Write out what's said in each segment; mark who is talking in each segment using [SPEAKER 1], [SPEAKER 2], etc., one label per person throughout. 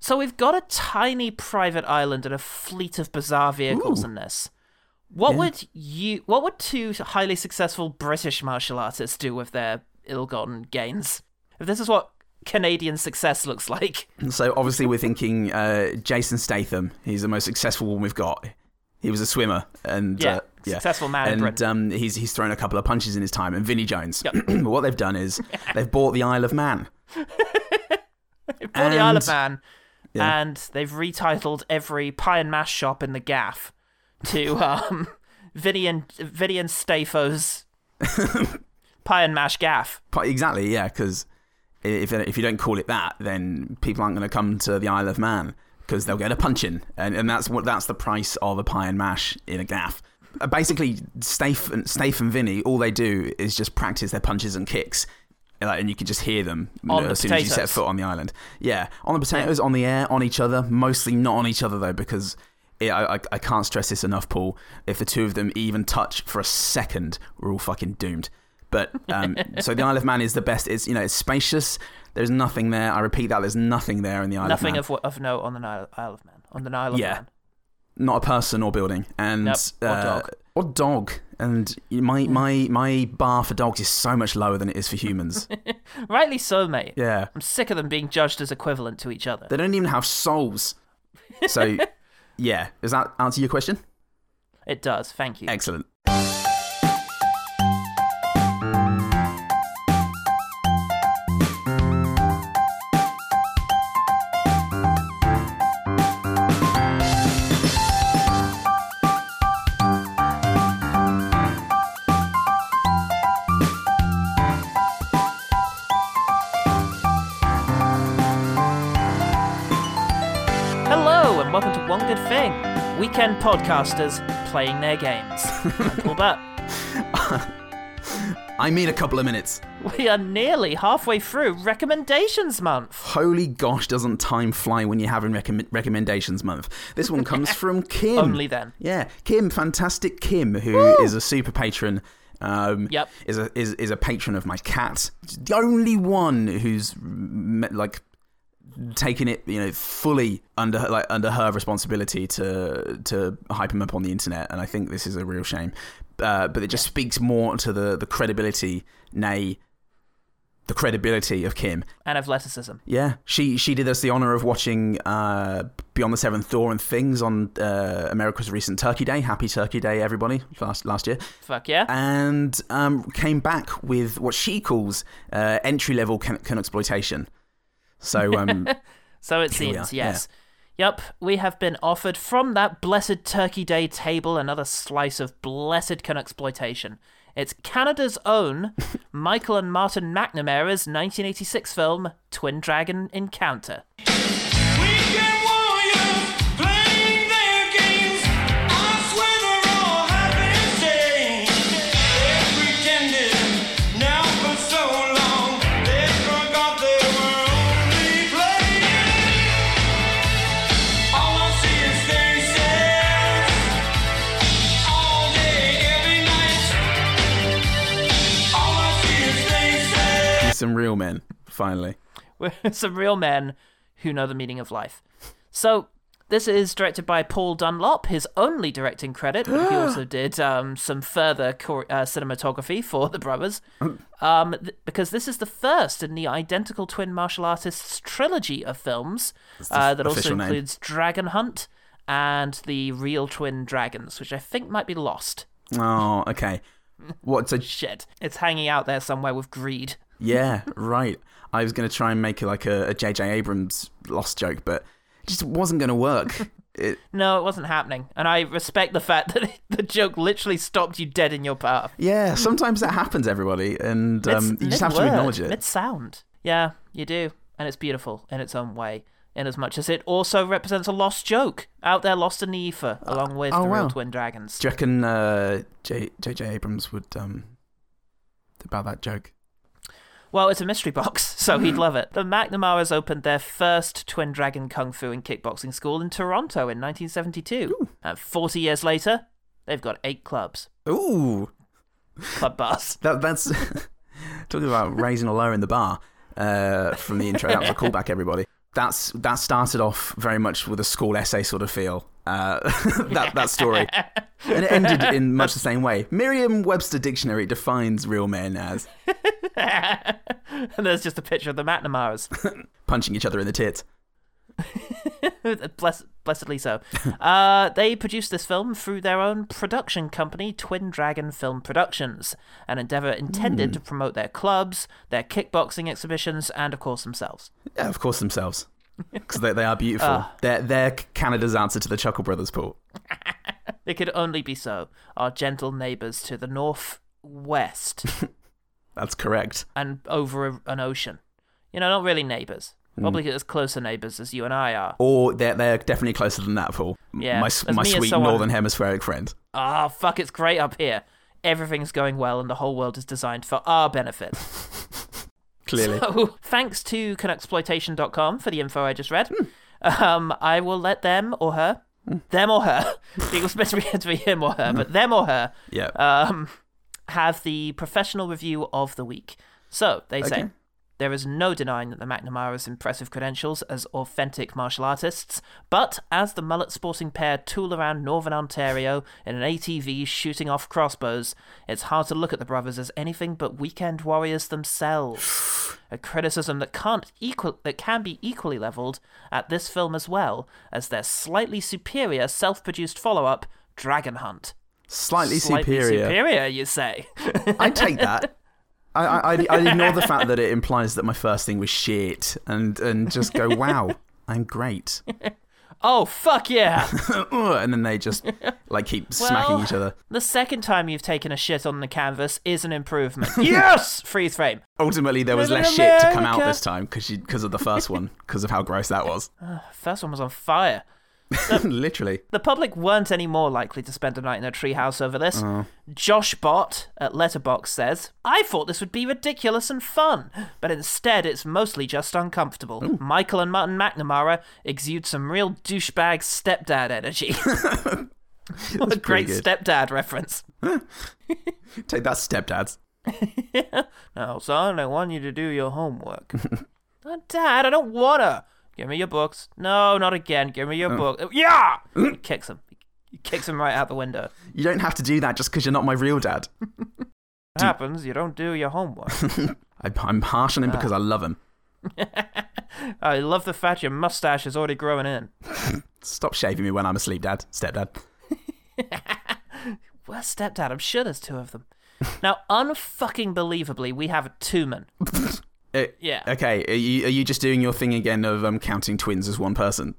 [SPEAKER 1] So we've got a tiny private island and a fleet of bizarre vehicles
[SPEAKER 2] Ooh.
[SPEAKER 1] in this. What
[SPEAKER 2] Yeah.
[SPEAKER 1] would you? What would two highly successful British martial artists do with their ill-gotten gains? If this is what Canadian success looks like,
[SPEAKER 2] So obviously we're thinking uh, Jason Statham. He's the most successful one we've got. He was a swimmer and
[SPEAKER 1] yeah,
[SPEAKER 2] uh, yeah.
[SPEAKER 1] successful man in
[SPEAKER 2] And
[SPEAKER 1] Britain.
[SPEAKER 2] um, he's he's thrown a couple of punches in his time. And Vinnie Jones.
[SPEAKER 1] Yep.
[SPEAKER 2] But what they've done is they've bought the Isle of Man.
[SPEAKER 1] They've bought the Isle of
[SPEAKER 2] and-
[SPEAKER 1] Man,
[SPEAKER 2] Yeah.
[SPEAKER 1] and they've retitled every pie and mash shop in the Gaff to um, Vinny and Vinny and Stafo's pie and mash gaff.
[SPEAKER 2] Pi- Exactly, yeah. Because if if you don't call it that, then people aren't going to come to the Isle of Man because they'll get a punch in, and, and that's what that's the price of a pie and mash in a gaff. Uh, Basically, Stafe and Stafe and Vinny, all they do is just practice their punches and kicks. Like, and you can just hear them you
[SPEAKER 1] On
[SPEAKER 2] know,
[SPEAKER 1] the
[SPEAKER 2] as soon as you set
[SPEAKER 1] potatoes.
[SPEAKER 2] foot on the island. Yeah, on the potatoes, on the air, on each other. Mostly not on each other though, because it, I, I I can't stress this enough, Paul. If the two of them even touch for a second, we're all fucking doomed. But um, so the Isle of Man is the best. It's you know it's spacious. There's nothing there. I repeat that. There's nothing there in the Isle
[SPEAKER 1] Nothing
[SPEAKER 2] of Man.
[SPEAKER 1] of, of note on the Nile, Isle of Man. On the Nile of
[SPEAKER 2] Yeah.
[SPEAKER 1] Man.
[SPEAKER 2] Not a person or building. And
[SPEAKER 1] Nope, or
[SPEAKER 2] uh,
[SPEAKER 1] dog. Hmm.
[SPEAKER 2] Or dog. And my my my bar for dogs is so much lower than it is for humans.
[SPEAKER 1] Rightly so, mate.
[SPEAKER 2] yeah.
[SPEAKER 1] I'm sick of them being judged as equivalent to each other.
[SPEAKER 2] They don't even have souls. So, yeah, does that answer your question?
[SPEAKER 1] It does. Thank you.
[SPEAKER 2] Excellent.
[SPEAKER 1] Hello, and welcome to One Good Thing. Weekend podcasters playing their games. I'm Paul Butt.
[SPEAKER 2] I mean, a couple of minutes.
[SPEAKER 1] We are nearly halfway through recommendations month.
[SPEAKER 2] Holy gosh, doesn't time fly when you're having recomm recommendations month? This one comes from Kim.
[SPEAKER 1] Only then.
[SPEAKER 2] Yeah, Kim, fantastic Kim, who is a super patron. Um,
[SPEAKER 1] Yep.
[SPEAKER 2] Is a is, is a patron of my cat. The only one who's mm, like taken it, you know, fully under like under her responsibility to to hype him up on the internet, and I think this is a real shame. Uh, but it just speaks more to the the credibility, nay, the credibility of Kim
[SPEAKER 1] And athleticism.
[SPEAKER 2] yeah, she she did us the honor of watching uh, Beyond the Seventh Door and things on uh, America's recent Turkey Day. Happy Turkey Day, everybody! Last last year,
[SPEAKER 1] Fuck yeah.
[SPEAKER 2] and um, came back with what she calls uh, entry level can, can exploitation. So um,
[SPEAKER 1] So it
[SPEAKER 2] Here we
[SPEAKER 1] seems,
[SPEAKER 2] are,
[SPEAKER 1] yes. Yup, we have been offered from that blessed Turkey Day table another slice of blessed con exploitation. It's Canada's own Michael and Martin McNamara's 1986 film Twin Dragon Encounter.
[SPEAKER 3] Weekend warriors playing their games. I swear they're all happy and safe. They pretended now for so long they forgot they were only playing. All I see is faces all day, every night. All I see is faces.
[SPEAKER 2] some real men finally.
[SPEAKER 1] We're some real men who know the meaning of life. So this is directed by Paul Dunlop, his only directing credit. but he also did um, some further chore- uh, cinematography for the brothers, um, th- because this is the first in the identical twin martial artists trilogy of films uh, that also
[SPEAKER 2] official name.
[SPEAKER 1] includes Dragon Hunt and the Real Twin Dragons, which I think might be lost.
[SPEAKER 2] Oh, okay. What? So
[SPEAKER 1] Shit, it's hanging out there somewhere with greed.
[SPEAKER 2] yeah, right. I was gonna try and make like a, a J.J. Abrams lost joke, but it just wasn't gonna work. It,
[SPEAKER 1] No, it wasn't happening. And I respect the fact that the joke literally stopped you dead in your path.
[SPEAKER 2] Yeah, sometimes that happens, everybody, and um, you just have to acknowledge it.
[SPEAKER 1] Mid sound. Yeah, you do. And it's beautiful in its own way, in as much as it also represents a lost joke out there lost in the ether, along with
[SPEAKER 2] oh,
[SPEAKER 1] the
[SPEAKER 2] wow.
[SPEAKER 1] real Twin Dragons.
[SPEAKER 2] Do you reckon uh, J- J.J. Abrams would um, about that joke?
[SPEAKER 1] Well, it's a mystery box, so he'd love it. The McNamara's opened their first Twin Dragon Kung Fu and kickboxing school in Toronto in 1972. And 40 years later, they've got eight clubs,
[SPEAKER 2] Ooh,
[SPEAKER 1] club bars.
[SPEAKER 2] that, that's talking about raising a low in the bar uh, from the intro. That was a callback, everybody. that's that started off very much with a school essay sort of feel. Uh, that that story, and it ended in much the same way. Merriam-Webster dictionary defines real men as
[SPEAKER 1] and there's just a picture of the McNamara's.
[SPEAKER 2] punching each other in the tits.
[SPEAKER 1] Bless, blessedly so. Uh, they produced this film through their own production company, Twin Dragon Film Productions, an endeavor intended to promote their clubs, their kickboxing exhibitions, and of course themselves.
[SPEAKER 2] Yeah, of course themselves, because they, they are beautiful. they're they're Canada's answer to the Chuckle Brothers, Paul.
[SPEAKER 1] It could only be so. Our gentle neighbors to the northwest
[SPEAKER 2] That's correct.
[SPEAKER 1] and over a, an ocean. You know, not really neighbors. Probably as closer neighbors as you and I are.
[SPEAKER 2] Or they're they're definitely closer than that, Paul. M-
[SPEAKER 1] Yeah,
[SPEAKER 2] my s-
[SPEAKER 1] that's
[SPEAKER 2] my
[SPEAKER 1] me and
[SPEAKER 2] sweet
[SPEAKER 1] someone-
[SPEAKER 2] northern hemispheric friend.
[SPEAKER 1] Ah, fuck, it's great up here. Everything's going well, and the whole world is designed for our benefit.
[SPEAKER 2] Clearly,
[SPEAKER 1] So, thanks to Canucksploitation.com for the info I just read. Um, I will let them or her, them or her, it was meant to be, to be him or her, but them or her,
[SPEAKER 2] yeah.
[SPEAKER 1] um, have the professional review of the week. So, they say.
[SPEAKER 2] Okay.
[SPEAKER 1] There is no denying that the McNamara's impressive credentials as authentic martial artists, but as the mullet sporting pair tool around northern Ontario in an ATV shooting off crossbows, it's hard to look at the brothers as anything but weekend warriors themselves. A criticism that can't equal that can be equally leveled at this film as well as their slightly superior self-produced follow-up, Dragon Hunt.
[SPEAKER 2] slightly,
[SPEAKER 1] Slightly
[SPEAKER 2] superior.
[SPEAKER 1] superior, you say?
[SPEAKER 2] I take that. I, I I- I ignore the fact that it implies that my first thing was shit, and and just go, wow, I'm great.
[SPEAKER 1] oh fuck yeah!
[SPEAKER 2] and then they just like keep smacking
[SPEAKER 1] Well-
[SPEAKER 2] each other.
[SPEAKER 1] The second time you've taken a shit on the canvas is an improvement. yes! Freeze frame.
[SPEAKER 2] Ultimately, there was
[SPEAKER 1] Little
[SPEAKER 2] less shit to come out
[SPEAKER 1] America.
[SPEAKER 2] this time because because of the first one, because of how gross that was.
[SPEAKER 1] First one was on fire.
[SPEAKER 2] Literally,
[SPEAKER 1] The public weren't any more likely to spend a night in a treehouse over this.
[SPEAKER 2] Oh.
[SPEAKER 1] Josh Bott at Letterbox says, "I thought this would be ridiculous and fun, but instead it's mostly just uncomfortable." Michael and Martin McNamara exude some real douchebag stepdad energy. what a
[SPEAKER 2] pretty
[SPEAKER 1] great
[SPEAKER 2] good.
[SPEAKER 1] stepdad reference.
[SPEAKER 2] take that, stepdads.
[SPEAKER 1] Now, son, I want you to do your homework. "Oh, Dad, I don't wanna. Give me your books. No, not again. Give me your
[SPEAKER 2] Oh.
[SPEAKER 1] book. Yeah. he kicks him. He kicks him right out the window.
[SPEAKER 2] You don't have to do that just because you're not my real dad.
[SPEAKER 1] What happens? You don't do your homework.
[SPEAKER 2] I, I'm harsh
[SPEAKER 1] Uh.
[SPEAKER 2] on him because I love him.
[SPEAKER 1] I love the fact your mustache is already growing in.
[SPEAKER 2] Stop shaving me when I'm asleep, dad, stepdad.
[SPEAKER 1] Well, stepdad, I'm sure there's two of them. Now, unfucking believably, we have a two man.
[SPEAKER 2] Uh,
[SPEAKER 1] Yeah.
[SPEAKER 2] Okay. Are you, are you just doing your thing again of um, counting twins as one person?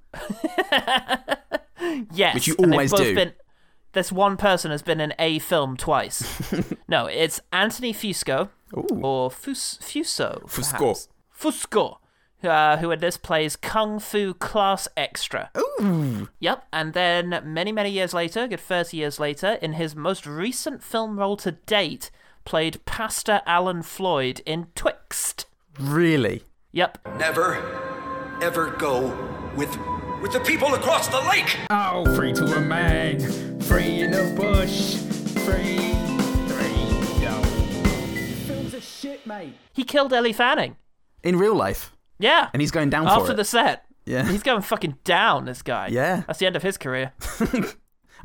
[SPEAKER 1] Yes.
[SPEAKER 2] Which you
[SPEAKER 1] and they've
[SPEAKER 2] always
[SPEAKER 1] both
[SPEAKER 2] do.
[SPEAKER 1] Been, this one person has been in a film twice. no, it's Anthony Fusco or Fus- Fuso.
[SPEAKER 2] Fusco.
[SPEAKER 1] perhaps. Fusco. Uh, who in this plays Kung Fu Class Extra. Ooh. Yep. And then many, many years later, a good 30 years later, in his most recent film role to date, played Pastor Alan Floyd in Twixt.
[SPEAKER 2] Really?
[SPEAKER 1] Yep.
[SPEAKER 4] Never, ever go with with the people across the lake.
[SPEAKER 5] Oh, free to a man, free in the bush, free, free, yo. Film's a shit, mate.
[SPEAKER 1] He killed Ellie Fanning.
[SPEAKER 2] In real life?
[SPEAKER 1] Yeah.
[SPEAKER 2] And he's going down
[SPEAKER 1] After
[SPEAKER 2] for it.
[SPEAKER 1] the set.
[SPEAKER 2] Yeah.
[SPEAKER 1] He's going fucking down, this guy.
[SPEAKER 2] Yeah.
[SPEAKER 1] That's the end of his career.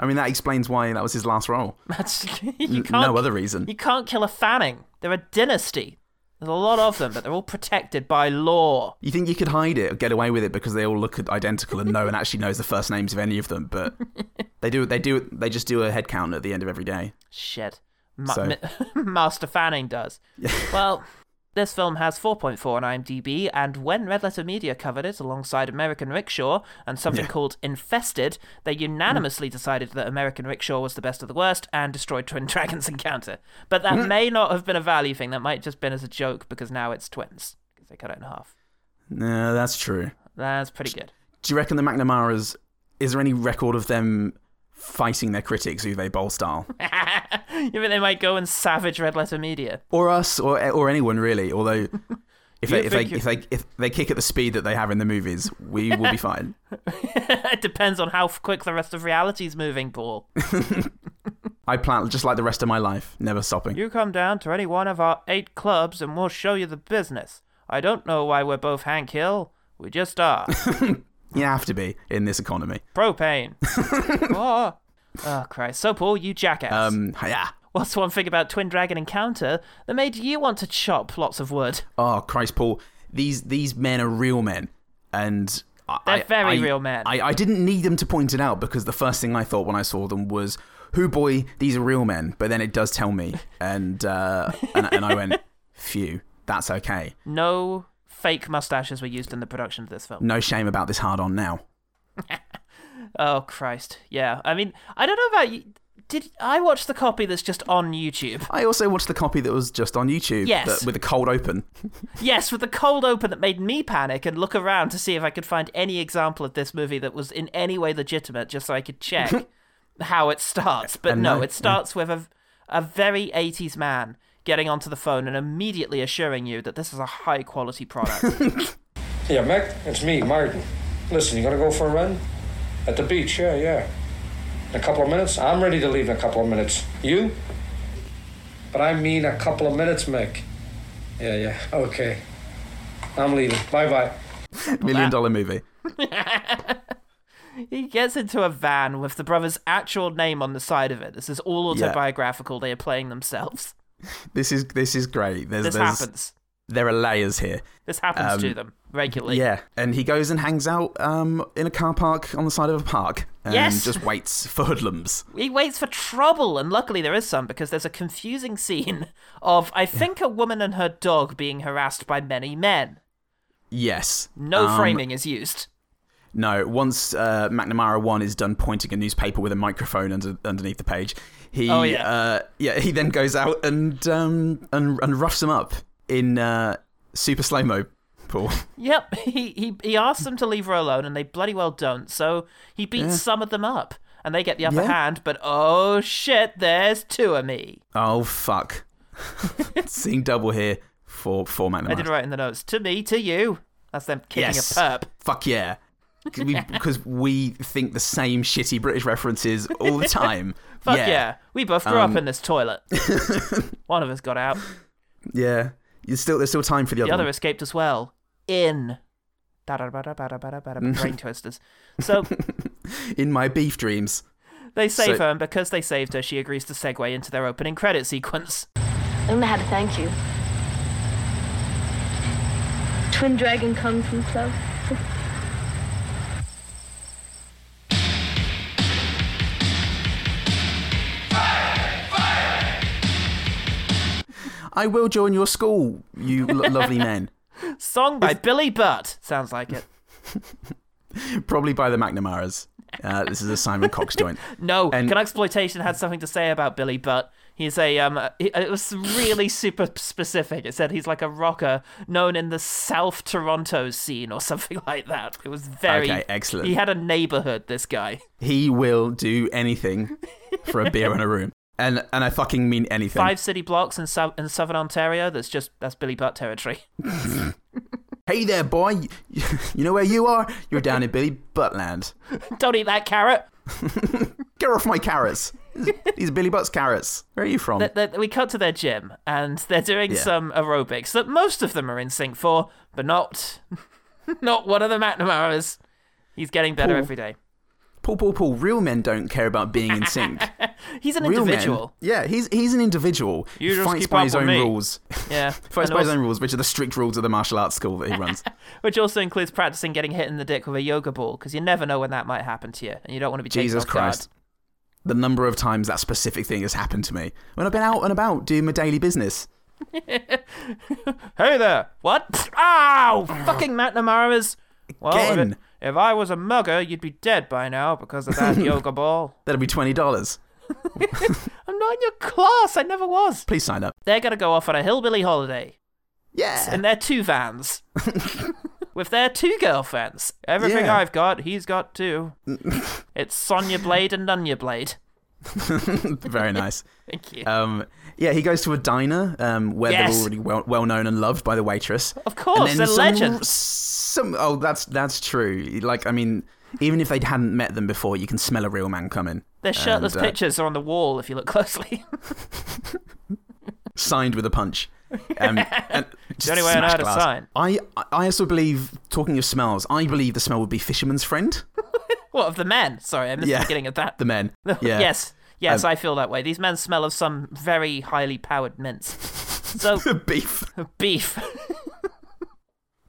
[SPEAKER 2] I mean, that explains why that was his last role.
[SPEAKER 1] That's you can't
[SPEAKER 2] no other reason.
[SPEAKER 1] You can't kill a Fanning. They're a dynasty. There's a lot of them, but they're all protected by law.
[SPEAKER 2] You think you could hide it or get away with it because they all look identical and no one actually knows the first names of any of them, but they do they do they just do a head count at the end of every day.
[SPEAKER 1] Shit. Ma-
[SPEAKER 2] So-
[SPEAKER 1] mi- Master Fanning does. well, this film has 4.4 on IMDb, and when Red Letter Media covered it alongside American Rickshaw and something called Infested, they unanimously decided that American Rickshaw was the best of the worst and destroyed Twin Dragons Encounter. But that may not have been a value thing. That might have just been as a joke because now it's twins. Because they cut it in half.
[SPEAKER 2] No, that's true.
[SPEAKER 1] That's pretty good.
[SPEAKER 2] Do you reckon the McNamara's is there any record of them fighting their critics Uwe Boll style?
[SPEAKER 1] you think they might go and savage Red Letter Media?
[SPEAKER 2] or us or or anyone really, although if they, if, they,
[SPEAKER 1] think you-
[SPEAKER 2] if they if they kick at the speed that they have in the movies, we will be fine.
[SPEAKER 1] it depends on how quick the rest of reality's moving, Paul.
[SPEAKER 2] I plan just like the rest of my life, never stopping.
[SPEAKER 1] you come down to any one of our eight clubs and we'll show you the business. I don't know why we're both Hank Hill. We just are.
[SPEAKER 2] You have to be in this economy.
[SPEAKER 1] Propane. oh. oh, Christ. So, Paul, you jackass.
[SPEAKER 2] Um, yeah.
[SPEAKER 1] What's one thing about Twin Dragon Encounter that made you want to chop lots of wood?
[SPEAKER 2] Oh Christ, Paul! These these men are real men, and I-
[SPEAKER 1] They're
[SPEAKER 2] I-
[SPEAKER 1] very
[SPEAKER 2] I-
[SPEAKER 1] real men.
[SPEAKER 2] I, I didn't need them to point it out because the first thing I thought when I saw them was, "Who boy, these are real men." But then it does tell me, and uh, and, and I went, "Phew, that's okay.
[SPEAKER 1] No fake mustaches were used in the production of this film.
[SPEAKER 2] No shame about this hard on now."
[SPEAKER 1] Oh, Christ. Yeah. I mean, I don't know about you. Did I watch the copy that's just on YouTube?
[SPEAKER 2] I also watched the copy that was just on YouTube,
[SPEAKER 1] Yes.
[SPEAKER 2] that- with a cold open.
[SPEAKER 1] Yes, with the cold open that made me panic and look around to see if I could find any example of this movie that was in any way legitimate, just so I could check how it starts. But
[SPEAKER 2] And
[SPEAKER 1] no,
[SPEAKER 2] no,
[SPEAKER 1] it starts with a, a very 80s man getting onto the phone and immediately assuring you that this is a high quality product.
[SPEAKER 6] Yeah, Mac, it's me, Martin. Listen, you gonna go for a run? At the beach, yeah, yeah. In a couple of minutes? I'm ready to leave in a couple of minutes. You? But I mean a couple of minutes, Mick. Yeah, yeah, okay. I'm leaving. Bye bye.
[SPEAKER 2] Million dollar movie.
[SPEAKER 1] he gets into a van with the brother's actual name on the side of it. This is all
[SPEAKER 2] Yeah.
[SPEAKER 1] autobiographical, they are playing themselves.
[SPEAKER 2] This is this is great. There's,
[SPEAKER 1] This
[SPEAKER 2] there's
[SPEAKER 1] happens.
[SPEAKER 2] there are layers here.
[SPEAKER 1] This happens
[SPEAKER 2] um,
[SPEAKER 1] to them regularly.
[SPEAKER 2] Yeah, and he goes and hangs out um, in a car park on the side of a park and
[SPEAKER 1] Yes.
[SPEAKER 2] just waits for hoodlums.
[SPEAKER 1] he waits for trouble, and luckily there is some because there's a confusing scene of I think a woman and her dog being harassed by many men.
[SPEAKER 2] Yes.
[SPEAKER 1] No
[SPEAKER 2] Um,
[SPEAKER 1] framing is used.
[SPEAKER 2] No. Once uh, McNamara one is done pointing a newspaper with a microphone under, underneath the page, he
[SPEAKER 1] Oh, yeah.
[SPEAKER 2] Uh, yeah he then goes out and um, and and roughs them up in uh, super slow mo. Paul.
[SPEAKER 1] Yep, he, he he asks them to leave her alone, and they bloody well don't. So he beats some of them up, and they get the upper
[SPEAKER 2] Yeah.
[SPEAKER 1] hand. But oh shit, there's two of me.
[SPEAKER 2] Oh fuck! Seeing double here for for McNamara.
[SPEAKER 1] I did write in the notes to me, to you. That's them kicking
[SPEAKER 2] Yes.
[SPEAKER 1] a perp.
[SPEAKER 2] Fuck yeah. Because we think the same shitty British references all the time.
[SPEAKER 1] Fuck yeah. we both grew
[SPEAKER 2] Um,
[SPEAKER 1] up in this toilet. One of us got out,
[SPEAKER 2] Yeah. There's still there's still time for the,
[SPEAKER 1] the
[SPEAKER 2] other.
[SPEAKER 1] other escaped as well. In. Da-da-ba-da-ba-da-ba-da-ba-da, Brain twisters. So
[SPEAKER 2] one. In my beef dreams.
[SPEAKER 1] they save
[SPEAKER 2] So-
[SPEAKER 1] her, and because they saved her, she agrees to segue into their opening credit sequence.
[SPEAKER 7] I don't know how to thank you. Twin Dragon Kung Fu Club.
[SPEAKER 2] I will join your school, you lo- lovely men.
[SPEAKER 1] Song by Billy Butt. Sounds like it.
[SPEAKER 2] Probably by the McNamara's. Uh, this is a Simon Cox joint.
[SPEAKER 1] No,
[SPEAKER 2] And-
[SPEAKER 1] Can Exploitation had something to say about Billy Butt. He's a um, uh, he- it was really super specific. It said he's like a rocker known in the South Toronto scene or something like that. It was very
[SPEAKER 2] Okay, excellent.
[SPEAKER 1] He had a neighborhood. This guy
[SPEAKER 2] He will do anything for a beer and a room. And and I fucking mean anything.
[SPEAKER 1] five city blocks in sou- in southern Ontario. That's just that's Billy Butt territory.
[SPEAKER 2] Hey there, boy. You know where you are? You're down in Billy Buttland.
[SPEAKER 1] Don't eat that carrot.
[SPEAKER 2] Get off my carrots. These are Billy Butt's carrots. Where are you from?
[SPEAKER 1] That- that- we cut to their gym and they're doing
[SPEAKER 2] Um, Yeah.
[SPEAKER 1] some aerobics that most of them are in sync for, but not not one of the McNamara's. He's getting better
[SPEAKER 2] Cool.
[SPEAKER 1] every day.
[SPEAKER 2] Paul, Paul, Paul. Real men don't care about being in sync.
[SPEAKER 1] He's an
[SPEAKER 2] Real
[SPEAKER 1] individual.
[SPEAKER 2] men. Yeah, he's he's an individual.
[SPEAKER 1] You just
[SPEAKER 2] fights
[SPEAKER 1] keep
[SPEAKER 2] by
[SPEAKER 1] up
[SPEAKER 2] his
[SPEAKER 1] with
[SPEAKER 2] own
[SPEAKER 1] me.
[SPEAKER 2] rules.
[SPEAKER 1] Yeah.
[SPEAKER 2] fights
[SPEAKER 1] And
[SPEAKER 2] by his
[SPEAKER 1] also-
[SPEAKER 2] own rules, which are the strict rules of the martial arts school that he runs.
[SPEAKER 1] Which also includes practicing getting hit in the dick with a yoga ball, because you never know when that might happen to you, and you don't want to be taken
[SPEAKER 2] Jesus
[SPEAKER 1] off guard.
[SPEAKER 2] Christ. The number of times that specific thing has happened to me when I've been out and about doing my daily business.
[SPEAKER 1] Hey there! What? Ow! Fucking McNamara's. Well, if,
[SPEAKER 2] Ah. Again.
[SPEAKER 1] it- if I was a mugger, you'd be dead by now because of that yoga ball.
[SPEAKER 2] That'll be twenty dollars.
[SPEAKER 1] I'm not in your class. I never was.
[SPEAKER 2] Please sign up.
[SPEAKER 1] They're gonna go off on a hillbilly holiday
[SPEAKER 2] Yeah.
[SPEAKER 1] in their two vans, with their two girlfriends. Everything
[SPEAKER 2] Yeah.
[SPEAKER 1] I've got, he's got too. it's Sonya Blade and Nunya Blade.
[SPEAKER 2] Very nice.
[SPEAKER 1] Thank you.
[SPEAKER 2] Um, yeah, he goes to a diner um, where
[SPEAKER 1] Yes.
[SPEAKER 2] they're already well, well known and loved by the waitress.
[SPEAKER 1] Of course,
[SPEAKER 2] and
[SPEAKER 1] they're
[SPEAKER 2] then some,
[SPEAKER 1] legends.
[SPEAKER 2] Some, oh, that's that's true. Like, I mean, even if they hadn't met them before, you can smell a real man coming.
[SPEAKER 1] Their shirtless
[SPEAKER 2] And, uh,
[SPEAKER 1] pictures are on the wall if you look closely.
[SPEAKER 2] signed with a punch. Um, and just
[SPEAKER 1] only way I know how
[SPEAKER 2] smash
[SPEAKER 1] to
[SPEAKER 2] glass.
[SPEAKER 1] sign.
[SPEAKER 2] I, I- I also believe, talking of smells, I believe the smell would be Fisherman's Friend,
[SPEAKER 1] What of the men? Sorry, I missed
[SPEAKER 2] Yeah.
[SPEAKER 1] the beginning of that.
[SPEAKER 2] the men. Yeah.
[SPEAKER 1] yes, yes,
[SPEAKER 2] Um,
[SPEAKER 1] I feel that way. These men smell of some very highly powered mints. So
[SPEAKER 2] The beef.
[SPEAKER 1] beef.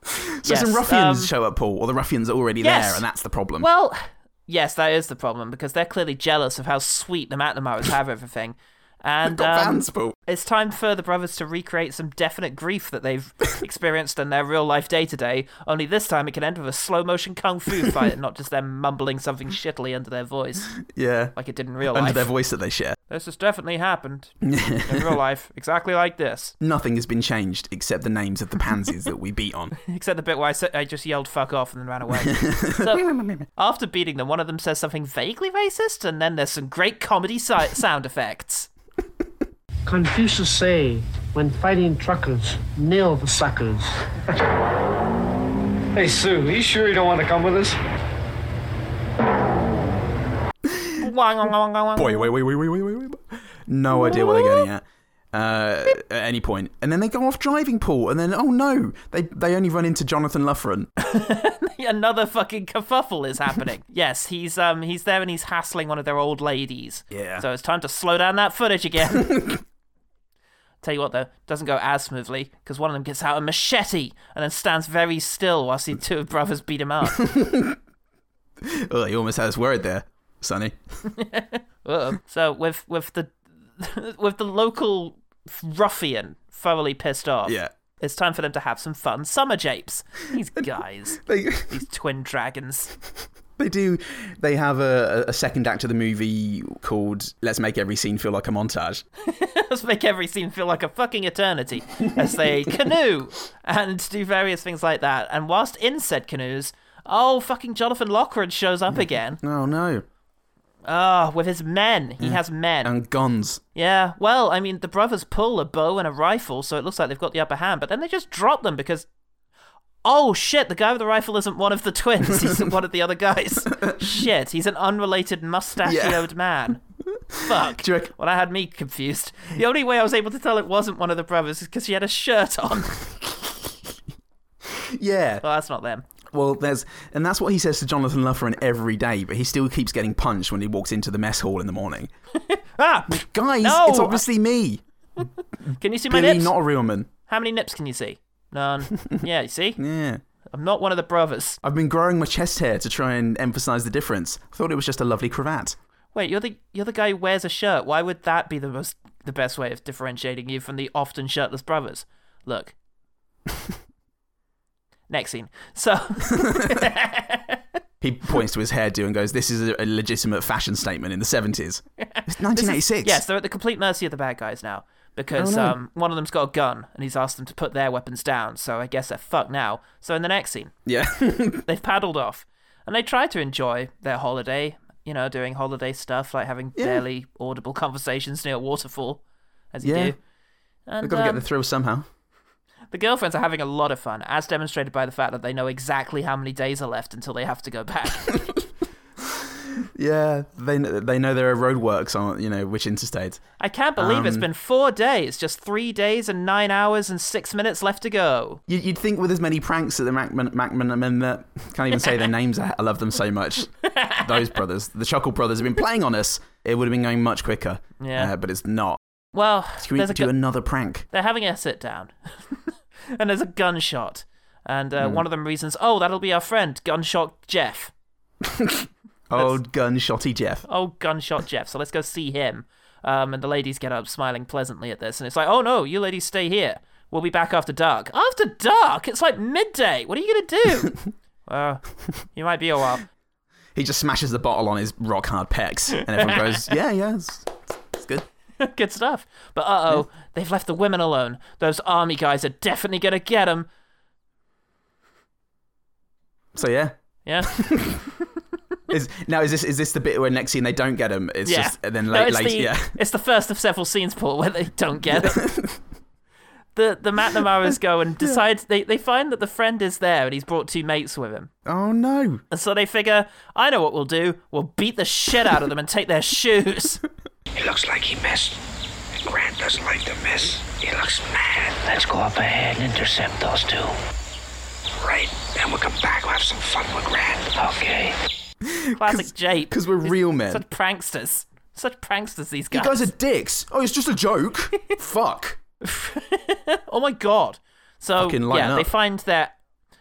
[SPEAKER 2] So
[SPEAKER 1] Yes,
[SPEAKER 2] some ruffians
[SPEAKER 1] um,
[SPEAKER 2] show up, Paul, or the ruffians are already
[SPEAKER 1] Yes.
[SPEAKER 2] there, and that's the problem.
[SPEAKER 1] Well, yes, that is the problem because they're clearly jealous of how sweet the McNamara's have everything. And
[SPEAKER 2] got
[SPEAKER 1] um,
[SPEAKER 2] vans, Paul.
[SPEAKER 1] it's time for the brothers to recreate some definite grief that they've experienced in their real life day to day. Only this time it can end with a slow motion kung fu fight and not just them mumbling something shittily under their voice
[SPEAKER 2] Yeah.
[SPEAKER 1] like it did in real
[SPEAKER 2] Under
[SPEAKER 1] life.
[SPEAKER 2] their voice that they share.
[SPEAKER 1] this has definitely happened in real life, exactly like this.
[SPEAKER 2] Nothing has been changed except the names of the pansies that we beat on.
[SPEAKER 1] Except the bit where I, said, I just yelled fuck off and then ran away. so, after beating them, one of them says something vaguely racist, and then there's some great comedy si- sound effects.
[SPEAKER 8] Confucius say, when fighting truckers, nail the suckers.
[SPEAKER 6] Hey, Sue, you sure you don't want to come with us?
[SPEAKER 2] Boy, wait, wait, wait, wait, wait, wait, wait. No idea what they're getting at. Uh, at any point, and then they go off driving, Paul, and then oh no, they they only run into Jonathan Lufferin.
[SPEAKER 1] Another fucking kerfuffle is happening. yes, he's um he's there and he's hassling one of their old ladies.
[SPEAKER 2] Yeah.
[SPEAKER 1] So it's time to slow down that footage again. Tell you what though, doesn't go as smoothly because one of them gets out a machete and then stands very still whilst the two brothers beat him up.
[SPEAKER 2] oh, you almost had us worried there, Sonny.
[SPEAKER 1] Uh-oh. so with with the with the local ruffian thoroughly pissed off.
[SPEAKER 2] Yeah,
[SPEAKER 1] It's time for them to have some fun summer japes. These guys,
[SPEAKER 2] they
[SPEAKER 1] these twin dragons.
[SPEAKER 2] they do. They have a, a second act of the movie called "Let's Make Every Scene Feel Like a Montage."
[SPEAKER 1] Let's make every scene feel like a fucking eternity as they canoe and do various things like that. And whilst in said canoes, oh fucking Jonathan Lockwood shows up again.
[SPEAKER 2] Oh no,
[SPEAKER 1] Ah, with his men. He has men.
[SPEAKER 2] and guns.
[SPEAKER 1] Yeah, well, I mean, the brothers pull a bow and a rifle, so it looks like they've got the upper hand, but then they just drop them because. Oh shit, the guy with the rifle isn't one of the twins, he's one of the other guys. shit, he's an unrelated mustachioed man. Fuck.
[SPEAKER 2] Do you reckon-
[SPEAKER 1] Well, that had me confused. The only way I was able to tell it wasn't one of the brothers is because she had a shirt on.
[SPEAKER 2] Yeah,
[SPEAKER 1] well, that's not them.
[SPEAKER 2] Well, there's, and that's what he says to Jonathan Lufferin every day, but he still keeps getting punched when he walks into the mess hall in the morning.
[SPEAKER 1] Ah!
[SPEAKER 2] Guys,
[SPEAKER 1] No!
[SPEAKER 2] it's obviously me,
[SPEAKER 1] Can you see my
[SPEAKER 2] Billy,
[SPEAKER 1] nips?
[SPEAKER 2] not a real man.
[SPEAKER 1] How many nips can you see? None. yeah, you see?
[SPEAKER 2] Yeah,
[SPEAKER 1] I'm not one of the brothers.
[SPEAKER 2] I've been growing my chest hair to try and emphasise the difference. I thought it was just a lovely cravat.
[SPEAKER 1] Wait, you're the you're the guy who wears a shirt. Why would that be the most the best way of differentiating you from the often shirtless brothers? Look. Next scene. So
[SPEAKER 2] He points to his hairdo and goes, "This is a, a legitimate fashion statement in the seventies. It's 1986.
[SPEAKER 1] yes, they're at the complete mercy of the bad guys now because
[SPEAKER 2] Oh, no.
[SPEAKER 1] um, one of them's got a gun and he's asked them to put their weapons down. So I guess they're fucked now. So in the next scene,
[SPEAKER 2] yeah,
[SPEAKER 1] they've paddled off and they try to enjoy their holiday. You know, doing holiday stuff like having barely audible conversations near a waterfall, as you
[SPEAKER 2] Yeah.
[SPEAKER 1] do. And,
[SPEAKER 2] we've got to
[SPEAKER 1] um,
[SPEAKER 2] get the thrill somehow.
[SPEAKER 1] The girlfriends are having a lot of fun, as demonstrated by the fact that they know exactly how many days are left until they have to go back.
[SPEAKER 2] Yeah, they kn- they know there are roadworks on you know which interstate.
[SPEAKER 1] I can't believe it's been four days, just three days and nine hours and six minutes left to go.
[SPEAKER 2] You- You'd think with as many pranks that the Macman, Macman men that can't even say their names. I I love them so much. Those brothers, the Chuckle brothers, have been playing on us. It would have been going much quicker.
[SPEAKER 1] Yeah.
[SPEAKER 2] uh, but it's not.
[SPEAKER 1] Well,
[SPEAKER 2] Can we
[SPEAKER 1] there's a
[SPEAKER 2] do
[SPEAKER 1] gu-
[SPEAKER 2] another prank?
[SPEAKER 1] they're having a sit down, and there's a gunshot, and uh, one of them reasons, oh, that'll be our friend, Gunshot Jeff.
[SPEAKER 2] Old gun shotty Jeff.
[SPEAKER 1] Oh, Gunshot Jeff. So let's go see him. Um, and the ladies get up, smiling pleasantly at this, and it's like, oh no, you ladies stay here. We'll be back after dark. After dark? It's like midday. What are you gonna do? well, you might be a while.
[SPEAKER 2] He just smashes the bottle on his rock hard pecs, and everyone goes, "Yeah, yeah, it's, it's good."
[SPEAKER 1] Good stuff. But uh oh, they've left the women alone. Those army guys are definitely gonna get them.
[SPEAKER 2] So yeah.
[SPEAKER 1] Yeah.
[SPEAKER 2] Is, now is this is this the bit where next scene they don't get him? It's
[SPEAKER 1] yeah.
[SPEAKER 2] just and then
[SPEAKER 1] No,
[SPEAKER 2] late,
[SPEAKER 1] it's
[SPEAKER 2] late,
[SPEAKER 1] the,
[SPEAKER 2] yeah.
[SPEAKER 1] It's the first of several scenes, Paul, where they don't get it. the the McNamara's go and decide they, they find that the friend is there and he's brought two mates with him.
[SPEAKER 2] Oh no!
[SPEAKER 1] And so they figure, I know what we'll do. We'll beat the shit out of them and take their shoes.
[SPEAKER 4] It looks like he missed.
[SPEAKER 9] Grant doesn't like to miss. He looks mad.
[SPEAKER 8] Let's go up ahead and intercept those two.
[SPEAKER 9] Right. Then we'll come back. We'll have some fun with Grant.
[SPEAKER 8] Okay.
[SPEAKER 1] Classic Jape.
[SPEAKER 2] 'cause we're real men.
[SPEAKER 1] Such pranksters. Such pranksters, these
[SPEAKER 2] You
[SPEAKER 1] guys.
[SPEAKER 2] guys are dicks. Oh, it's just a joke. Fuck.
[SPEAKER 1] oh my god. So
[SPEAKER 2] Fucking line
[SPEAKER 1] yeah, they
[SPEAKER 2] up.
[SPEAKER 1] find their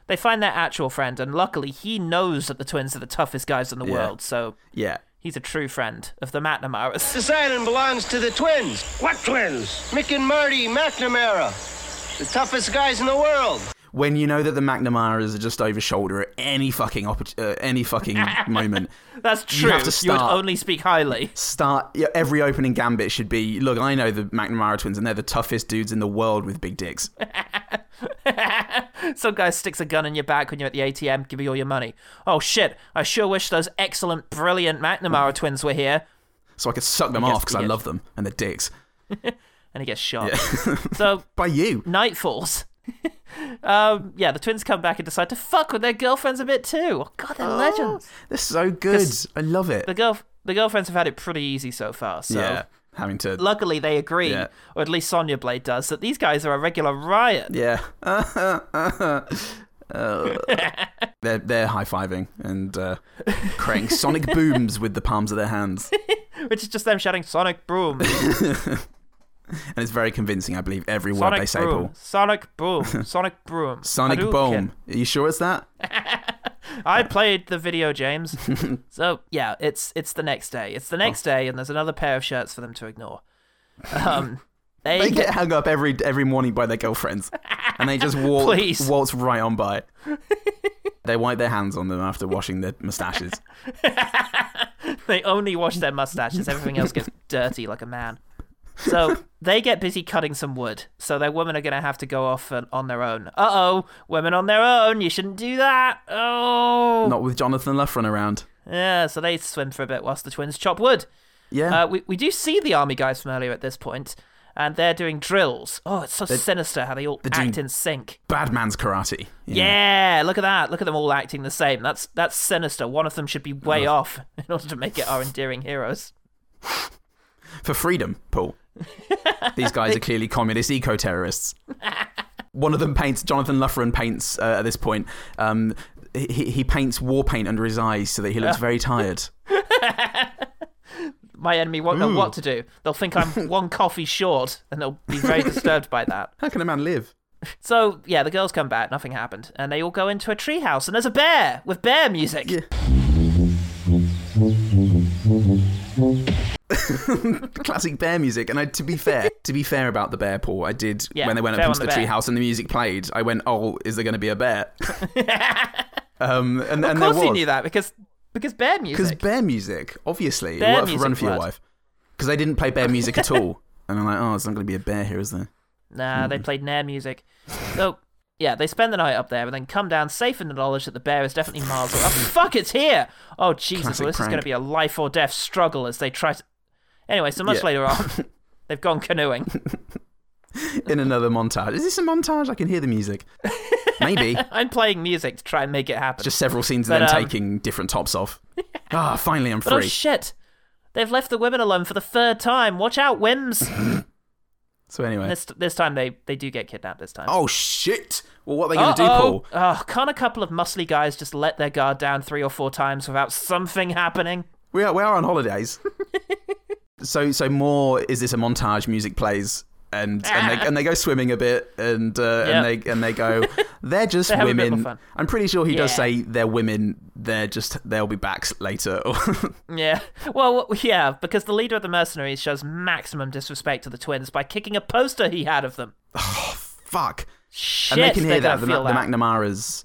[SPEAKER 1] they find their actual friend, and luckily he knows that the twins are the toughest guys in the world. So
[SPEAKER 2] Yeah.
[SPEAKER 1] he's a true friend of the McNamara's.
[SPEAKER 9] This island belongs to the twins.
[SPEAKER 5] What twins?
[SPEAKER 9] Mick and Marty McNamara. The toughest guys in the world.
[SPEAKER 2] When you know that the McNamara's are just over shoulder at any fucking oppor- uh, any fucking moment,
[SPEAKER 1] That's
[SPEAKER 2] You
[SPEAKER 1] true.
[SPEAKER 2] have to
[SPEAKER 1] would
[SPEAKER 2] start.
[SPEAKER 1] only speak highly.
[SPEAKER 2] start yeah, every opening gambit should be look i know the mcnamara twins and they're the toughest dudes in the world with big dicks
[SPEAKER 1] Some guy sticks a gun in your back when you're at the ATM, give me all your money. Oh shit! I sure wish those excellent, brilliant McNamara twins were here.
[SPEAKER 2] so i could suck them
[SPEAKER 1] Yes,
[SPEAKER 2] off because i
[SPEAKER 1] yes.
[SPEAKER 2] love them and they're dicks
[SPEAKER 1] And he gets shot. so
[SPEAKER 2] by you
[SPEAKER 1] night falls. um, yeah, the twins come back and decide to fuck with their girlfriends a bit too. Oh, God, they're legends.
[SPEAKER 2] they're so good i love it
[SPEAKER 1] The girl, the girlfriends have had it pretty easy so far. So
[SPEAKER 2] yeah having to
[SPEAKER 1] luckily they agree,
[SPEAKER 2] Yeah.
[SPEAKER 1] or at least Sonya Blade does, that these guys are a regular riot.
[SPEAKER 2] yeah Uh, they're they're high fiving and uh, creating sonic booms with the palms of their hands,
[SPEAKER 1] Which is just them shouting Sonic Boom,
[SPEAKER 2] and it's very convincing. I believe every word they
[SPEAKER 1] Sonic
[SPEAKER 2] say.
[SPEAKER 1] Boom,
[SPEAKER 2] Paul.
[SPEAKER 1] Sonic Boom, Sonic Boom,
[SPEAKER 2] Sonic
[SPEAKER 1] Hadouken.
[SPEAKER 2] boom. Are you sure it's that?
[SPEAKER 1] I played the video, James. so yeah, it's it's the next day. It's the
[SPEAKER 2] Oh.
[SPEAKER 1] next day, and there's another pair of shirts for them to ignore. Um, they,
[SPEAKER 2] They get hung up every every morning by their girlfriends, and they just walk,
[SPEAKER 1] Please.
[SPEAKER 2] waltz right on by. they wipe their hands on them after washing their mustaches.
[SPEAKER 1] They only wash their mustaches. Everything else gets dirty like a man. So they get busy cutting some wood. So their women are going to have to go off and, on their own. Uh oh, women on their own. You shouldn't do that. Oh.
[SPEAKER 2] Not with Jonathan Luffran around.
[SPEAKER 1] Yeah, so they swim for a bit whilst the twins chop wood.
[SPEAKER 2] Yeah,
[SPEAKER 1] Uh, we, we do see the army guys from earlier at this point, and they're doing drills. Oh, it's so sinister how they all
[SPEAKER 2] doing-
[SPEAKER 1] act in sync.
[SPEAKER 2] bad man's karate.
[SPEAKER 1] Yeah, look at that. Look at them all acting the same. That's that's sinister. One of them should be way off in order to make it our endearing heroes.
[SPEAKER 2] for freedom, Paul. These guys are clearly communist eco terrorists. One of them paints. Jonathan Luffran paints uh, at this point. Um, he, he paints war paint under his eyes so that he looks very tired.
[SPEAKER 1] my enemy won't know what to do. They'll think I'm one coffee short, and they'll be very disturbed by that.
[SPEAKER 2] How can a man live?
[SPEAKER 1] So yeah, the girls come back. Nothing happened, and they all go into a treehouse, and there's a bear with bear music.
[SPEAKER 2] classic bear music. And I, to be fair, to be fair about the bear, Paul, I did
[SPEAKER 1] Yeah,
[SPEAKER 2] when they went up
[SPEAKER 1] fair
[SPEAKER 2] into
[SPEAKER 1] on
[SPEAKER 2] the,
[SPEAKER 1] the bear.
[SPEAKER 2] treehouse and the music played. I went, "Oh, is there going to be a bear?" um, and,
[SPEAKER 1] Of
[SPEAKER 2] and
[SPEAKER 1] course,
[SPEAKER 2] there
[SPEAKER 1] you
[SPEAKER 2] was
[SPEAKER 1] knew that because because bear
[SPEAKER 2] because
[SPEAKER 1] music.
[SPEAKER 2] bear music, obviously,
[SPEAKER 1] Bear
[SPEAKER 2] it worked for
[SPEAKER 1] music
[SPEAKER 2] Run for Your
[SPEAKER 1] worked.
[SPEAKER 2] Wife because they didn't play bear music at all. And I'm like, "Oh, it's not going to be a bear here, is there?"
[SPEAKER 1] nah, they played Nair music. So yeah, they spend the night up there, and then come down safe in the knowledge that the bear is definitely miles away. Oh, fuck, it's here! Oh Jesus,
[SPEAKER 2] Classic
[SPEAKER 1] well, this is
[SPEAKER 2] prank.
[SPEAKER 1] going to be a life or death struggle as they try to. Anyway, so much
[SPEAKER 2] Yeah.
[SPEAKER 1] later on, they've gone canoeing.
[SPEAKER 2] In another montage, is this a montage? I can hear the music. Maybe
[SPEAKER 1] I'm playing music to try and make it happen.
[SPEAKER 2] just several scenes of
[SPEAKER 1] But,
[SPEAKER 2] them
[SPEAKER 1] um,
[SPEAKER 2] taking different tops off. Ah, finally, I'm
[SPEAKER 1] But oh
[SPEAKER 2] free.
[SPEAKER 1] shit! They've left the women alone for the third time. Watch out, Wims!
[SPEAKER 2] so anyway,
[SPEAKER 1] this this time they they do get kidnapped. This time.
[SPEAKER 2] oh shit! Well, what are they going to do,
[SPEAKER 1] Uh-oh.
[SPEAKER 2] Paul?
[SPEAKER 1] Oh, can't a couple of muscly guys just let their guard down three or four times without something happening?
[SPEAKER 2] We are, we are on holidays. so so more is this a montage? Music plays and and they, and they go swimming a bit and uh,
[SPEAKER 1] Ah. Yep.
[SPEAKER 2] and they and they go. They're just
[SPEAKER 1] They're having a bit more
[SPEAKER 2] women.
[SPEAKER 1] fun.
[SPEAKER 2] I'm pretty sure he does
[SPEAKER 1] Yeah.
[SPEAKER 2] say they're women. They're just they'll be back s- later.
[SPEAKER 1] Yeah. Well, w- yeah, because the leader of the mercenaries shows maximum disrespect to the twins by kicking a poster he had of them.
[SPEAKER 2] Fuck.
[SPEAKER 1] Shit,
[SPEAKER 2] And they can hear
[SPEAKER 1] they're
[SPEAKER 2] that the,
[SPEAKER 1] gonna feel
[SPEAKER 2] Ma- the McNamara's.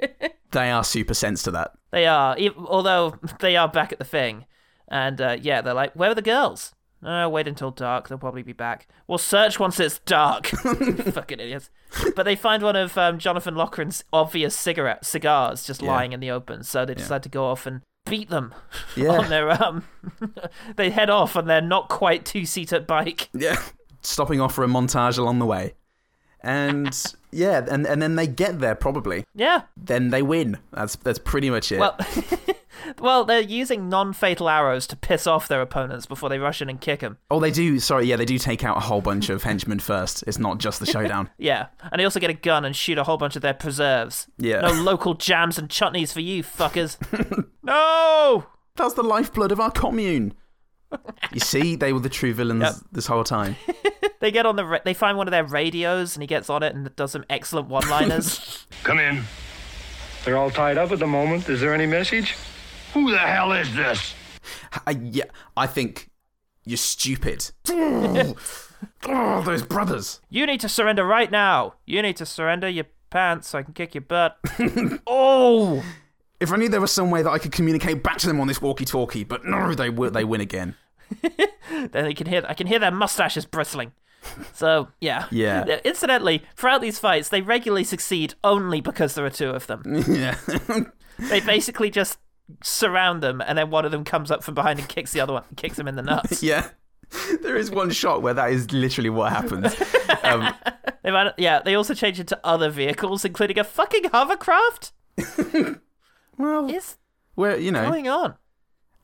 [SPEAKER 2] they are super sense to that.
[SPEAKER 1] They are, ev- although they are back at the thing, and uh, yeah, they're like, "Where are the girls?" No, wait until dark. They'll probably be back. We'll search once it's dark. Fucking idiots. But they find one of um, Jonathan Loughran's obvious cigarette cigars just lying in the open, so they decide to go off and beat them
[SPEAKER 2] Yeah.
[SPEAKER 1] on their um. they head off on their not quite two seater bike.
[SPEAKER 2] Yeah. Stopping off for a montage along the way. And yeah, and, and then they get there probably.
[SPEAKER 1] Yeah.
[SPEAKER 2] Then they win. That's that's pretty much it.
[SPEAKER 1] Well, Well, they're using non-fatal arrows to piss off their opponents before they rush in and kick them.
[SPEAKER 2] Oh, they do. Sorry, yeah, they do take out a whole bunch of henchmen first. It's not just the showdown.
[SPEAKER 1] Yeah, and they also get a gun and shoot a whole bunch of their preserves.
[SPEAKER 2] Yeah.
[SPEAKER 1] No local jams and chutneys for you, fuckers. no.
[SPEAKER 2] That's the lifeblood of our commune. You see, they were the true villains
[SPEAKER 1] Yep.
[SPEAKER 2] this whole time.
[SPEAKER 1] They get on the. Ra- they find one of their radios and he gets on it and does some excellent one-liners.
[SPEAKER 9] Come in.
[SPEAKER 6] They're all tied up at the moment. Is there any message?
[SPEAKER 9] Who the hell is this?
[SPEAKER 2] I, yeah, I think you're stupid. oh, those brothers.
[SPEAKER 1] you need to surrender right now. You need to surrender your pants so I can kick your butt. oh.
[SPEAKER 2] If only there was some way that I could communicate back to them on this walkie-talkie, but no, they wi- they win again.
[SPEAKER 1] Then they can hear. I can hear their mustaches bristling. So yeah,
[SPEAKER 2] Yeah.
[SPEAKER 1] Incidentally, throughout these fights, they regularly succeed only because there are two of them.
[SPEAKER 2] Yeah.
[SPEAKER 1] they basically just surround them, and then one of them comes up from behind and kicks the other one, kicks him in the nuts.
[SPEAKER 2] yeah. There is one shot where that is literally what happens. Um,
[SPEAKER 1] They might, yeah, they also change into other vehicles, including a fucking hovercraft.
[SPEAKER 2] well,
[SPEAKER 1] Is
[SPEAKER 2] where you know,
[SPEAKER 1] going on?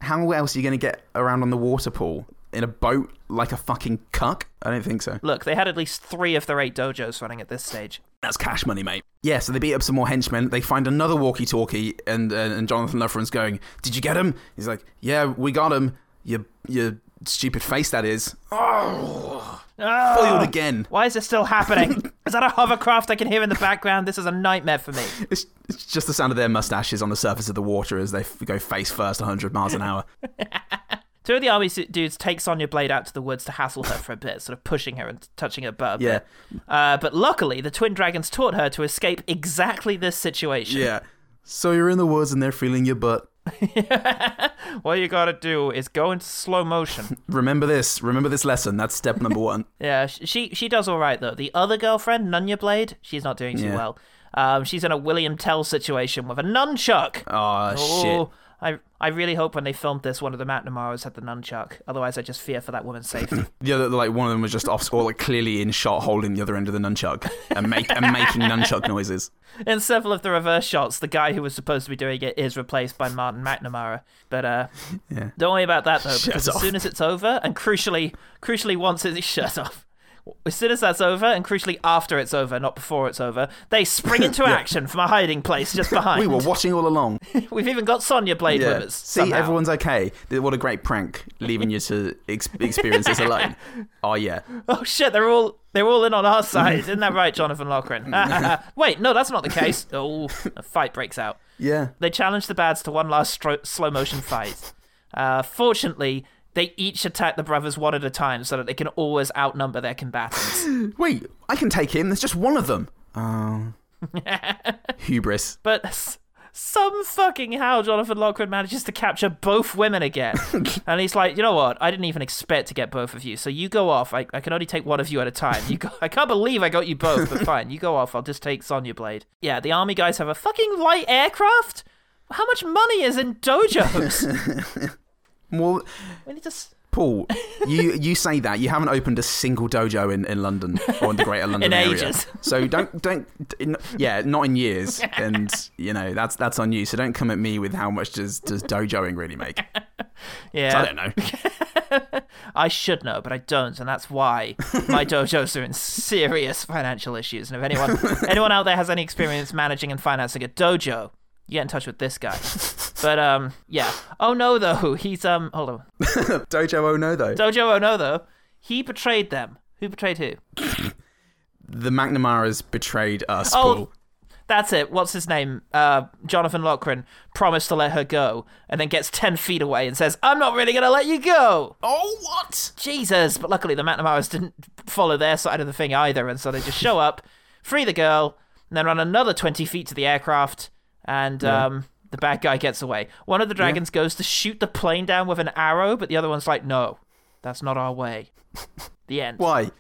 [SPEAKER 2] how else are you going to get around on the water pool in a boat like a fucking cuck? I don't think so.
[SPEAKER 1] Look, they had at least three of their eight dojos running at this stage.
[SPEAKER 2] That's cash money, mate. Yeah, so they beat up some more henchmen. They find another walkie-talkie, and uh, and Jonathan Loverin's going, "Did you get him?" He's like, "Yeah, we got him. You you stupid face that is." Oh, foiled again.
[SPEAKER 1] Why is this still happening? is that a hovercraft I can hear in the background? This is a nightmare for me.
[SPEAKER 2] It's, it's just the sound of their mustaches on the surface of the water as they f- go face first 100 miles an hour.
[SPEAKER 1] Two of the army su- dudes take Sonya Blade out to the woods to hassle her for a bit, sort of pushing her and touching her butt. a
[SPEAKER 2] Yeah.
[SPEAKER 1] bit. Uh, but luckily, the twin dragons taught her to escape exactly this situation.
[SPEAKER 2] Yeah. So you're in the woods and they're feeling your butt.
[SPEAKER 1] All you gotta do is go into slow motion.
[SPEAKER 2] Remember this. Remember this lesson. That's step number one.
[SPEAKER 1] yeah, sh- she she does all right though. The other girlfriend, Nunya Blade, she's not doing too
[SPEAKER 2] Yeah.
[SPEAKER 1] well. Um, she's in a William Tell situation with a nunchuck.
[SPEAKER 2] Oh, shit.
[SPEAKER 1] Oh, I I really hope when they filmed this, one of the McNamara's had the nunchuck. Otherwise, I just fear for that woman's safety.
[SPEAKER 2] The other, like one of them was just off, or like clearly in shot, holding the other end of the nunchuck and, make, and making nunchuck noises.
[SPEAKER 1] In several of the reverse shots, the guy who was supposed to be doing it is replaced by Martin McNamara. But uh, don't worry about that though,
[SPEAKER 2] Shut
[SPEAKER 1] because
[SPEAKER 2] off.
[SPEAKER 1] as soon as it's over, and crucially, crucially once it's shut off, as soon as that's over, and crucially after it's over, not before it's over, they spring into action from a hiding place just behind.
[SPEAKER 2] We were watching all along.
[SPEAKER 1] We've even got Sonya Blade
[SPEAKER 2] Yeah.
[SPEAKER 1] with us.
[SPEAKER 2] See,
[SPEAKER 1] somehow.
[SPEAKER 2] everyone's okay. Th- What a great prank, leaving you to ex- experience this alone. Oh yeah,
[SPEAKER 1] Oh shit, they're all they're all in on our side, isn't that right, Jonathan Lochran? Wait, no, that's not the case. Oh, a fight breaks out.
[SPEAKER 2] yeah.
[SPEAKER 1] They challenge the Bads to one last stro- slow motion fight. Uh, fortunately, they each attack the brothers one at a time so that they can always outnumber their combatants.
[SPEAKER 2] Wait, I can take him. There's just one of them. Oh, hubris.
[SPEAKER 1] But s- some fucking how Jonathan Lockwood manages to capture both women again. and he's like, you know what? I didn't even expect to get both of you. So you go off. I, I can only take one of you at a time. You go- I can't believe I got you both, but fine. You go off. I'll just take Sonya Blade. Yeah, the army guys have a fucking light aircraft. How much money is in dojos?
[SPEAKER 2] Well,
[SPEAKER 1] we need to. S-
[SPEAKER 2] Paul, you you say that you haven't opened a single dojo in, in London or in the Greater London
[SPEAKER 1] In
[SPEAKER 2] area.
[SPEAKER 1] ages.
[SPEAKER 2] So don't don't in, yeah, not in years, and you know that's that's on you. So don't come at me with how much does does dojoing really make.
[SPEAKER 1] yeah.
[SPEAKER 2] I don't know.
[SPEAKER 1] I should know, but I don't, and that's why my dojos are in serious financial issues. And if anyone anyone out there has any experience managing and financing a dojo, you get in touch with this guy. But um, yeah. Oh no, though he's um, hold on,
[SPEAKER 2] Dojo oh no though.
[SPEAKER 1] dojo. Oh no, though he betrayed them. Who betrayed who?
[SPEAKER 2] the McNamara's betrayed us.
[SPEAKER 1] Oh.
[SPEAKER 2] Paul.
[SPEAKER 1] That's it. What's his name? Uh, Jonathan Lochran promised to let her go, and then gets ten feet away and says, "I'm not really gonna let you go."
[SPEAKER 2] Oh what?
[SPEAKER 1] Jesus! But luckily, the McNamara's didn't follow their side of the thing either, and so they just show up, free the girl, and then run another 20 feet to the aircraft, and um, the bad guy gets away. One of the dragons goes to shoot the plane down with an arrow, but the other one's like, no, that's not our way. the end.
[SPEAKER 2] Why?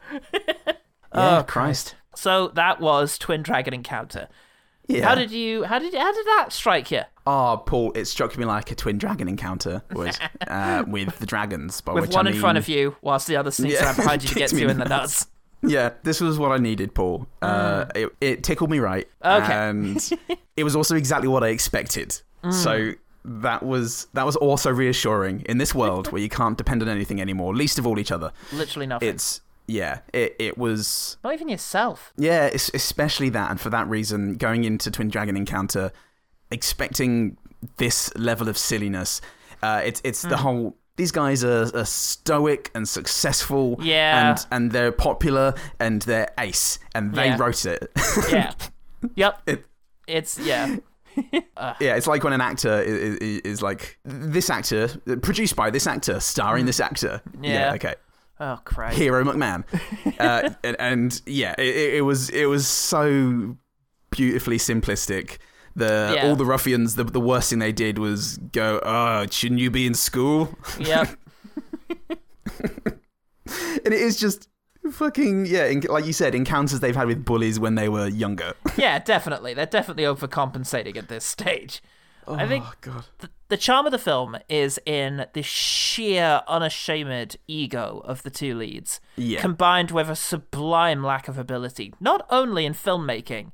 [SPEAKER 2] oh Christ!
[SPEAKER 1] So that was Twin Dragon Encounter.
[SPEAKER 2] Yeah.
[SPEAKER 1] How did you? How did? How did that strike you?
[SPEAKER 2] Oh, Paul, it struck me like a twin dragon encounter would, uh, with the dragons. By
[SPEAKER 1] With
[SPEAKER 2] which
[SPEAKER 1] one
[SPEAKER 2] I
[SPEAKER 1] in front
[SPEAKER 2] mean-
[SPEAKER 1] of you, whilst the other sneaks
[SPEAKER 2] Yeah.
[SPEAKER 1] around behind you to get
[SPEAKER 2] Kicks
[SPEAKER 1] to
[SPEAKER 2] me
[SPEAKER 1] you
[SPEAKER 2] in
[SPEAKER 1] in the
[SPEAKER 2] the
[SPEAKER 1] nuts.
[SPEAKER 2] Yeah, this was what I needed, Paul. Uh, it, it tickled me right.
[SPEAKER 1] Mm. Okay. Mm.
[SPEAKER 2] And it was also exactly what I expected. So that was that was also reassuring in this world where you can't depend on anything anymore, least of all each other.
[SPEAKER 1] Literally nothing.
[SPEAKER 2] It's yeah, it it was
[SPEAKER 1] Not even yourself.
[SPEAKER 2] yeah, es- especially that, and for that reason, going into Twin Dragon Encounter, expecting this level of silliness, uh, it's it's
[SPEAKER 1] Hmm.
[SPEAKER 2] the whole. These guys are, are stoic and successful,
[SPEAKER 1] Yeah.
[SPEAKER 2] and and they're popular and they're ace, and they
[SPEAKER 1] Yeah.
[SPEAKER 2] wrote it.
[SPEAKER 1] Yeah. yep. it's yeah.
[SPEAKER 2] yeah, it's like when an actor is, is, is like this actor, produced by this actor, starring this actor.
[SPEAKER 1] Hmm. Yeah.
[SPEAKER 2] okay.
[SPEAKER 1] Oh Christ.
[SPEAKER 2] Hero McMahon. uh, and, and yeah, it, it- it was it was so beautifully simplistic. The
[SPEAKER 1] Yeah.
[SPEAKER 2] all the ruffians, the, the worst thing they did was go, "Oh, shouldn't you be in school?"
[SPEAKER 1] Yep.
[SPEAKER 2] And it is just fucking yeah, in, like you said, encounters they've had with bullies when they were younger.
[SPEAKER 1] Yeah, definitely. They're definitely overcompensating at this stage. I think
[SPEAKER 2] God.
[SPEAKER 1] th- the charm of the film is in the sheer unashamed ego of the two leads,
[SPEAKER 2] Yeah.
[SPEAKER 1] combined with a sublime lack of ability, not only in filmmaking.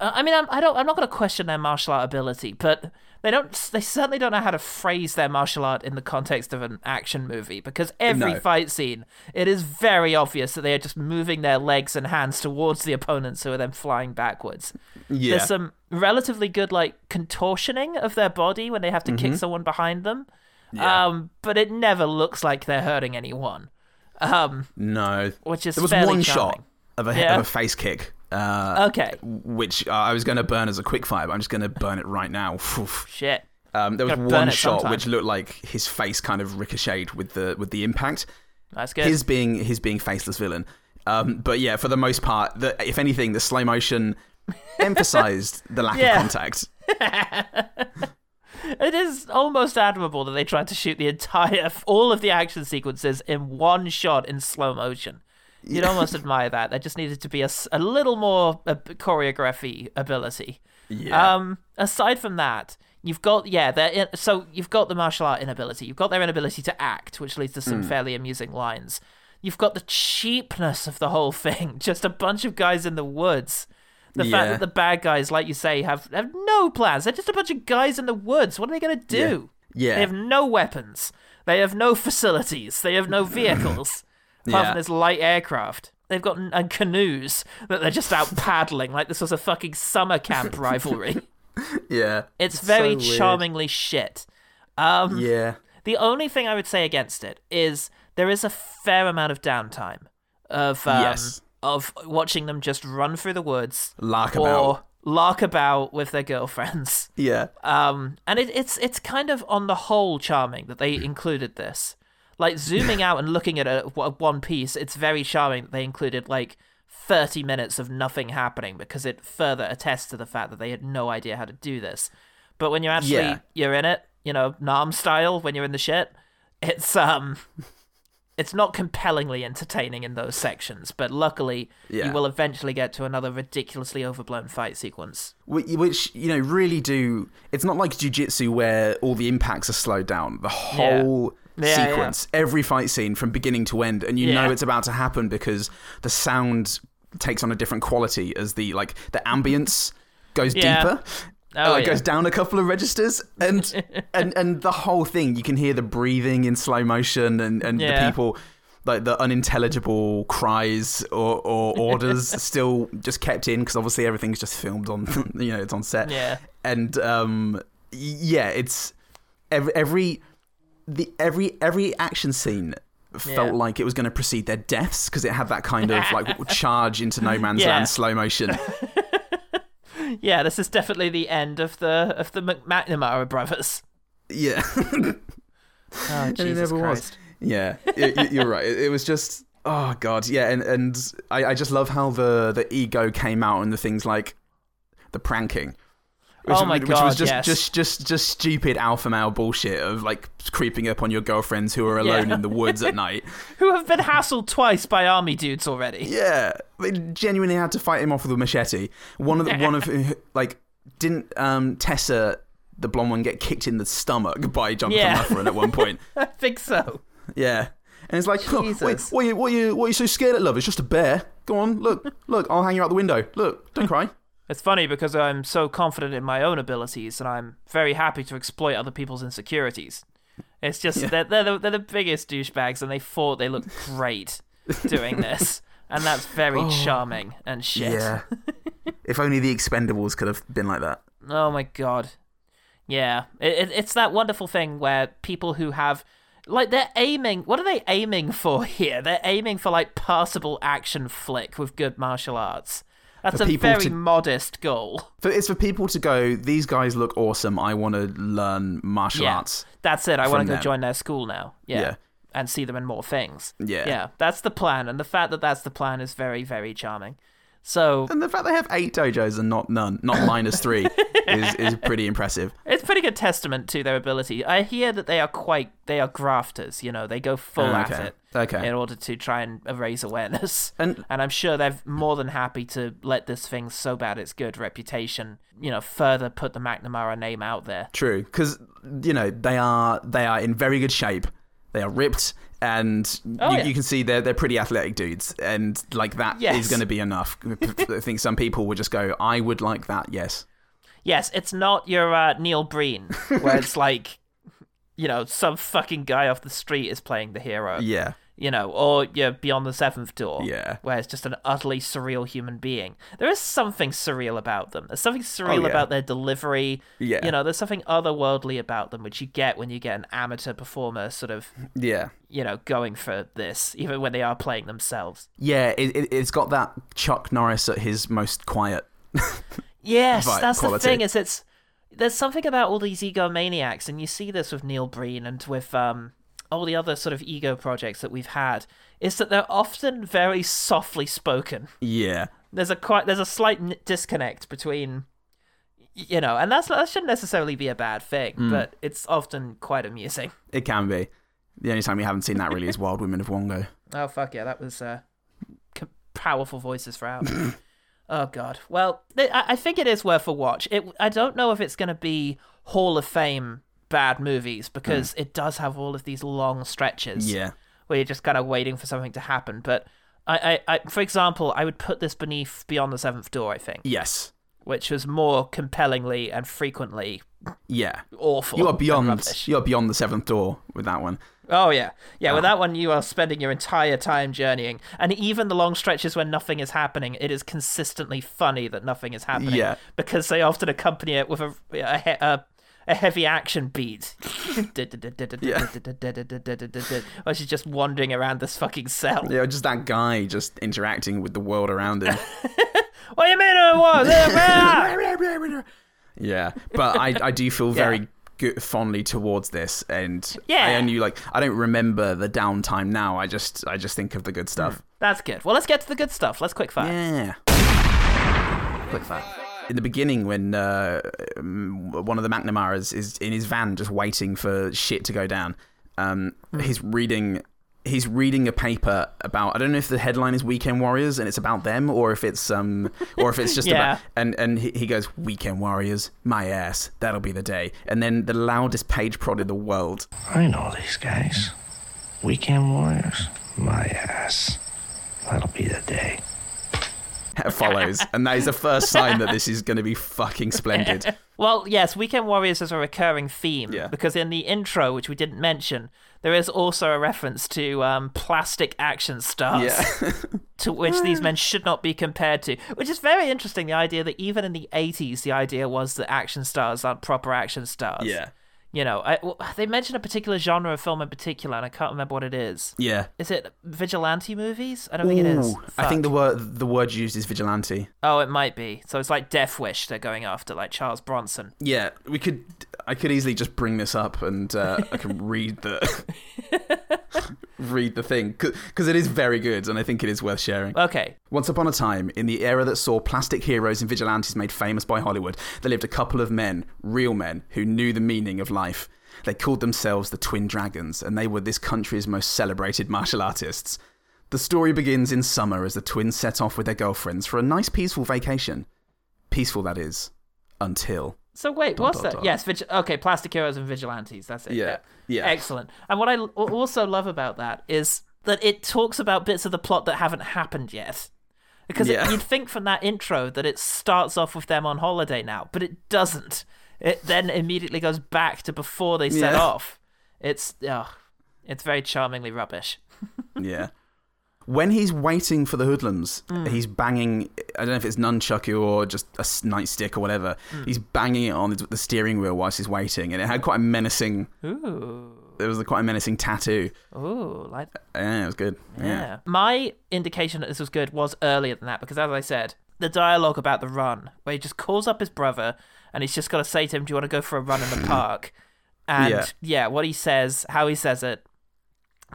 [SPEAKER 1] Uh, I mean, I'm, I don't. I'm not going to question their martial art ability, but they don't. They certainly don't know how to phrase their martial art in the context of an action movie because every
[SPEAKER 2] No.
[SPEAKER 1] fight scene, it is very obvious that they are just moving their legs and hands towards the opponents who are then flying backwards
[SPEAKER 2] Yeah,
[SPEAKER 1] there's some relatively good like contortioning of their body when they have to
[SPEAKER 2] Mm-hmm.
[SPEAKER 1] kick someone behind them um but it never looks like they're hurting anyone Um,
[SPEAKER 2] no,
[SPEAKER 1] which is
[SPEAKER 2] there was
[SPEAKER 1] fairly
[SPEAKER 2] one shot
[SPEAKER 1] charming.
[SPEAKER 2] of a
[SPEAKER 1] Yeah.
[SPEAKER 2] of a face kick. Uh,
[SPEAKER 1] okay
[SPEAKER 2] which uh, I was going to burn as a quick fire, but I'm just going to burn it right now. Oof.
[SPEAKER 1] shit
[SPEAKER 2] Um, there was
[SPEAKER 1] Gotta burn
[SPEAKER 2] one
[SPEAKER 1] it
[SPEAKER 2] shot
[SPEAKER 1] sometime.
[SPEAKER 2] which looked like his face kind of ricocheted with the with the impact.
[SPEAKER 1] that's good
[SPEAKER 2] His being his being faceless villain. Um, but yeah, for the most part, the, if anything, the slow motion emphasized the lack
[SPEAKER 1] Yeah.
[SPEAKER 2] of contact.
[SPEAKER 1] it is almost admirable that they tried to shoot the entire all of the action sequences in one shot in slow motion you'd almost admire that there just needed to be a, s- a little more uh, choreography ability
[SPEAKER 2] Yeah,
[SPEAKER 1] Um, aside from that, you've got yeah, they're in, so you've got the martial art inability, you've got their inability to act, which leads to some
[SPEAKER 2] Hmm.
[SPEAKER 1] fairly amusing lines. You've got the cheapness of the whole thing, just a bunch of guys in the woods. The
[SPEAKER 2] Yeah.
[SPEAKER 1] fact that the bad guys, like you say, have have no plans. They're just a bunch of guys in the woods. What are they gonna do?
[SPEAKER 2] Yeah.
[SPEAKER 1] They have no weapons. They have no facilities. They have no vehicles. Apart
[SPEAKER 2] Yeah.
[SPEAKER 1] from this light aircraft. They've got n- and canoes that they're just out paddling like this was a fucking summer camp rivalry.
[SPEAKER 2] yeah,
[SPEAKER 1] It's, very
[SPEAKER 2] so weird.
[SPEAKER 1] charmingly shit.
[SPEAKER 2] yeah,
[SPEAKER 1] The only thing I would say against it is there is a fair amount of downtime of um,
[SPEAKER 2] Yes.
[SPEAKER 1] of watching them just run through the woods
[SPEAKER 2] lark
[SPEAKER 1] or
[SPEAKER 2] about.
[SPEAKER 1] lark about with their girlfriends.
[SPEAKER 2] Yeah,
[SPEAKER 1] Um, and it, it's it's kind of on the whole charming that they included this. Like zooming out and looking at a, w- one piece, it's very charming that they included like 30 minutes of nothing happening because it further attests to the fact that they had no idea how to do this. But when you're actually
[SPEAKER 2] Yeah.
[SPEAKER 1] you're in it, you know, Nam style, when you're in the shit, it's um, it's not compellingly entertaining in those sections. But luckily,
[SPEAKER 2] Yeah.
[SPEAKER 1] you will eventually get to another ridiculously overblown fight sequence.
[SPEAKER 2] Wh- which you know really do. It's not like jujitsu where all the impacts are slowed down. The whole
[SPEAKER 1] Yeah, yeah.
[SPEAKER 2] sequence, every fight scene from beginning to end, and you
[SPEAKER 1] Yeah.
[SPEAKER 2] know it's about to happen because the sound takes on a different quality as the like the ambience goes
[SPEAKER 1] Yeah.
[SPEAKER 2] deeper.
[SPEAKER 1] Oh,
[SPEAKER 2] uh,
[SPEAKER 1] yeah.
[SPEAKER 2] goes down a couple of registers and and and the whole thing you can hear the breathing in slow motion and and the
[SPEAKER 1] Yeah.
[SPEAKER 2] people like the unintelligible cries or, or orders still just kept in because obviously everything's just filmed on you know it's on set
[SPEAKER 1] Yeah.
[SPEAKER 2] and um y- yeah it's every, every the every every action scene
[SPEAKER 1] Yeah.
[SPEAKER 2] felt like it was going to precede their deaths because it had that kind of like charge into no man's
[SPEAKER 1] Yeah.
[SPEAKER 2] land slow motion
[SPEAKER 1] Yeah, this is definitely the end of the of the McNamara brothers.
[SPEAKER 2] yeah
[SPEAKER 1] Oh, Jesus
[SPEAKER 2] never was.
[SPEAKER 1] Christ.
[SPEAKER 2] Yeah, y- y- you're right. It, it was just oh god, yeah, and and I, I just love how the the ego came out and the things like the pranking. Which,
[SPEAKER 1] Oh my
[SPEAKER 2] which
[SPEAKER 1] God,
[SPEAKER 2] was just,
[SPEAKER 1] yes.
[SPEAKER 2] just just just stupid alpha male bullshit of like creeping up on your girlfriends who are alone
[SPEAKER 1] Yeah.
[SPEAKER 2] in the woods at night.
[SPEAKER 1] Who have been hassled twice by army dudes already.
[SPEAKER 2] Yeah, they genuinely had to fight him off with a machete. One of the, one of like didn't um Tessa the blonde one get kicked in the stomach by John
[SPEAKER 1] Yeah.
[SPEAKER 2] Cameron at one point.
[SPEAKER 1] I think so.
[SPEAKER 2] Yeah. And it's like, look, wait,
[SPEAKER 1] Jesus.
[SPEAKER 2] what are you, what are you, what are you so scared at, love? It's just a bear. Go on, look, look, I'll hang you out the window. Look, don't cry.
[SPEAKER 1] It's funny because I'm so confident in my own abilities and I'm very happy to exploit other people's insecurities. It's just they're, they're, the, they're the biggest douchebags and they thought they looked great doing this. And that's very charming and shit.
[SPEAKER 2] Yeah. if only the Expendables could have been like that.
[SPEAKER 1] Oh my god. Yeah, it, it, it's that wonderful thing where people who have like they're aiming. What are they aiming for here? They're aiming for like passable action flick with good martial arts. That's
[SPEAKER 2] For
[SPEAKER 1] a
[SPEAKER 2] people
[SPEAKER 1] very
[SPEAKER 2] to-
[SPEAKER 1] modest goal.
[SPEAKER 2] For, it's for people to go, these guys look awesome. I want to learn martial
[SPEAKER 1] Yeah,
[SPEAKER 2] arts.
[SPEAKER 1] that's it. I want
[SPEAKER 2] from
[SPEAKER 1] to go
[SPEAKER 2] them.
[SPEAKER 1] join their school now. Yeah.
[SPEAKER 2] Yeah.
[SPEAKER 1] and see them in more things.
[SPEAKER 2] Yeah.
[SPEAKER 1] yeah, that's the plan, and the fact that that's the plan is very, very charming. So
[SPEAKER 2] And the fact they have eight dojos and not none, not minus three, is, is pretty impressive.
[SPEAKER 1] It's pretty good testament to their ability. I hear that they are quite they are grafters, you know, they go full
[SPEAKER 2] Ah, okay.
[SPEAKER 1] at it
[SPEAKER 2] Okay.
[SPEAKER 1] in order to try and raise awareness.
[SPEAKER 2] And-
[SPEAKER 1] I'm sure they're more than happy to let this thing so bad it's good reputation, you know, further put the McNamara name out there.
[SPEAKER 2] True, because you know they are they are in very good shape. They are ripped, and
[SPEAKER 1] Oh,
[SPEAKER 2] you,
[SPEAKER 1] yeah.
[SPEAKER 2] you can see they're they're pretty athletic dudes, and like that is
[SPEAKER 1] Yes.
[SPEAKER 2] going to be enough. I think some people would just go, "I would like that." Yes,
[SPEAKER 1] Yes, it's not your uh, Neil Breen where it's like you know, some fucking guy off the street is playing the hero.
[SPEAKER 2] yeah,
[SPEAKER 1] you know, or yeah, Beyond the Seventh Door.
[SPEAKER 2] Yeah.
[SPEAKER 1] Where it's just an utterly surreal human being. There is something surreal about them. There's something surreal
[SPEAKER 2] Oh, yeah.
[SPEAKER 1] about their delivery.
[SPEAKER 2] Yeah.
[SPEAKER 1] You know, there's something otherworldly about them, which you get when you get an amateur performer sort of,
[SPEAKER 2] yeah,
[SPEAKER 1] you know, going for this, even when they are playing themselves.
[SPEAKER 2] yeah. It, it, it's got that Chuck Norris at his most quiet.
[SPEAKER 1] Yes,
[SPEAKER 2] Right,
[SPEAKER 1] that's
[SPEAKER 2] quality.
[SPEAKER 1] the thing, is it's there's something about all these egomaniacs, and you see this with Neil Breen and with um all the other sort of ego projects that we've had, is that they're often very softly spoken.
[SPEAKER 2] Yeah,
[SPEAKER 1] there's a quite there's a slight n- disconnect between y- you know and that's that shouldn't necessarily be a bad thing but it's often quite amusing
[SPEAKER 2] it can be. The only time we haven't seen that really is Wild Women of Wongo.
[SPEAKER 1] oh fuck yeah that was uh c- powerful voices for hours oh god well th- I, I think it is worth a watch it i don't know if it's going to be hall of fame bad movies because it does have all of these long stretches
[SPEAKER 2] Yeah,
[SPEAKER 1] where you're just kind of waiting for something to happen but I, I, I, for example, I would put this beneath Beyond the Seventh Door, I think.
[SPEAKER 2] yes,
[SPEAKER 1] which was more compellingly and frequently
[SPEAKER 2] yeah.
[SPEAKER 1] awful.
[SPEAKER 2] You are
[SPEAKER 1] and
[SPEAKER 2] beyond.
[SPEAKER 1] rubbish.
[SPEAKER 2] You Ah. are beyond the seventh door with that one.
[SPEAKER 1] Oh yeah, yeah. With that one, you are spending your entire time journeying, and even the long stretches when nothing is happening, it is consistently funny that nothing is happening.
[SPEAKER 2] Yeah.
[SPEAKER 1] because they often accompany it with a a, he- a, a heavy action beat, where she's just wandering around this fucking cell.
[SPEAKER 2] Yeah, just that guy just interacting with the world around him.
[SPEAKER 1] What do you mean it was? Yeah,
[SPEAKER 2] yeah, but I, I do feel very good, fondly towards this, and
[SPEAKER 1] Yeah.
[SPEAKER 2] I only like I don't remember the downtime now. I just I just think of the good stuff.
[SPEAKER 1] That's good. Well, let's get to the good stuff. Let's quick fire.
[SPEAKER 2] Yeah. Click that. In the beginning, when uh, um, one of the McNamara's is in his van just waiting for shit to go down, um, he's reading. He's reading a paper about I don't know if the headline is Weekend Warriors and it's about them or if it's um or if it's just
[SPEAKER 1] Yeah.
[SPEAKER 2] about and and he, he goes Weekend Warriors my ass that'll be the day and then the loudest page prod in the world
[SPEAKER 9] I know these guys. Weekend warriors. My ass. That'll be the day.
[SPEAKER 2] follows and that is the first sign that this is going to be fucking splendid
[SPEAKER 1] Well, yes, Weekend Warriors is a recurring theme
[SPEAKER 2] Yeah.
[SPEAKER 1] because in the intro, which we didn't mention, there is also a reference to um, plastic action stars, to which these men should not be compared to. Which is very interesting. The idea that even in the '80s, the idea was that action stars aren't proper action stars. you know, I, well, they mention a particular genre of film in particular, and I can't remember what it is.
[SPEAKER 2] yeah
[SPEAKER 1] Is it vigilante movies? I don't think it is.
[SPEAKER 2] Ooh, I
[SPEAKER 1] Fuck.
[SPEAKER 2] think the word the word used is vigilante.
[SPEAKER 1] oh, it might be. So it's like Death Wish they're going after, like Charles Bronson.
[SPEAKER 2] Yeah, we could. I could easily just bring this up and uh, I can read the read the thing because it is very good and I think it is worth sharing.
[SPEAKER 1] Okay,
[SPEAKER 2] Once upon a time, in the era that saw plastic heroes and vigilantes made famous by Hollywood, there lived a couple of men, real men, who knew the meaning of life. They called themselves the Twin Dragons, and they were this country's most celebrated martial artists. The story begins in summer as the twins set off with their girlfriends for a nice, peaceful vacation. Peaceful, that is, until.
[SPEAKER 1] So wait, what's
[SPEAKER 2] dot,
[SPEAKER 1] that?
[SPEAKER 2] dot.
[SPEAKER 1] Yes, vig- okay, plastic heroes and vigilantes. That's it.
[SPEAKER 2] Yeah, yeah.
[SPEAKER 1] Excellent. And what I l- also love about that is that it talks about bits of the plot that haven't happened yet. Because it-
[SPEAKER 2] Yeah.
[SPEAKER 1] you'd think from that intro that it starts off with them on holiday now, but it doesn't. It then immediately goes back to before they set
[SPEAKER 2] Yeah.
[SPEAKER 1] off. It's ugh, it's very charmingly rubbish.
[SPEAKER 2] Yeah. When he's waiting for the hoodlums,
[SPEAKER 1] Mm.
[SPEAKER 2] he's banging. I don't know if it's nunchaku or just a s- nightstick or whatever.
[SPEAKER 1] Mm.
[SPEAKER 2] He's banging it on the, the steering wheel whilst he's waiting, and it had quite a menacing.
[SPEAKER 1] Ooh,
[SPEAKER 2] There was quite a menacing tattoo.
[SPEAKER 1] ooh, like
[SPEAKER 2] Yeah, it was good. Yeah.
[SPEAKER 1] Yeah. My indication that this was good was earlier than that because, as I said, the dialogue about the run, where he just calls up his brother and he's just got to say to him, Do you want to go for a run in the park? And
[SPEAKER 2] Yeah.
[SPEAKER 1] yeah. what he says, how he says it,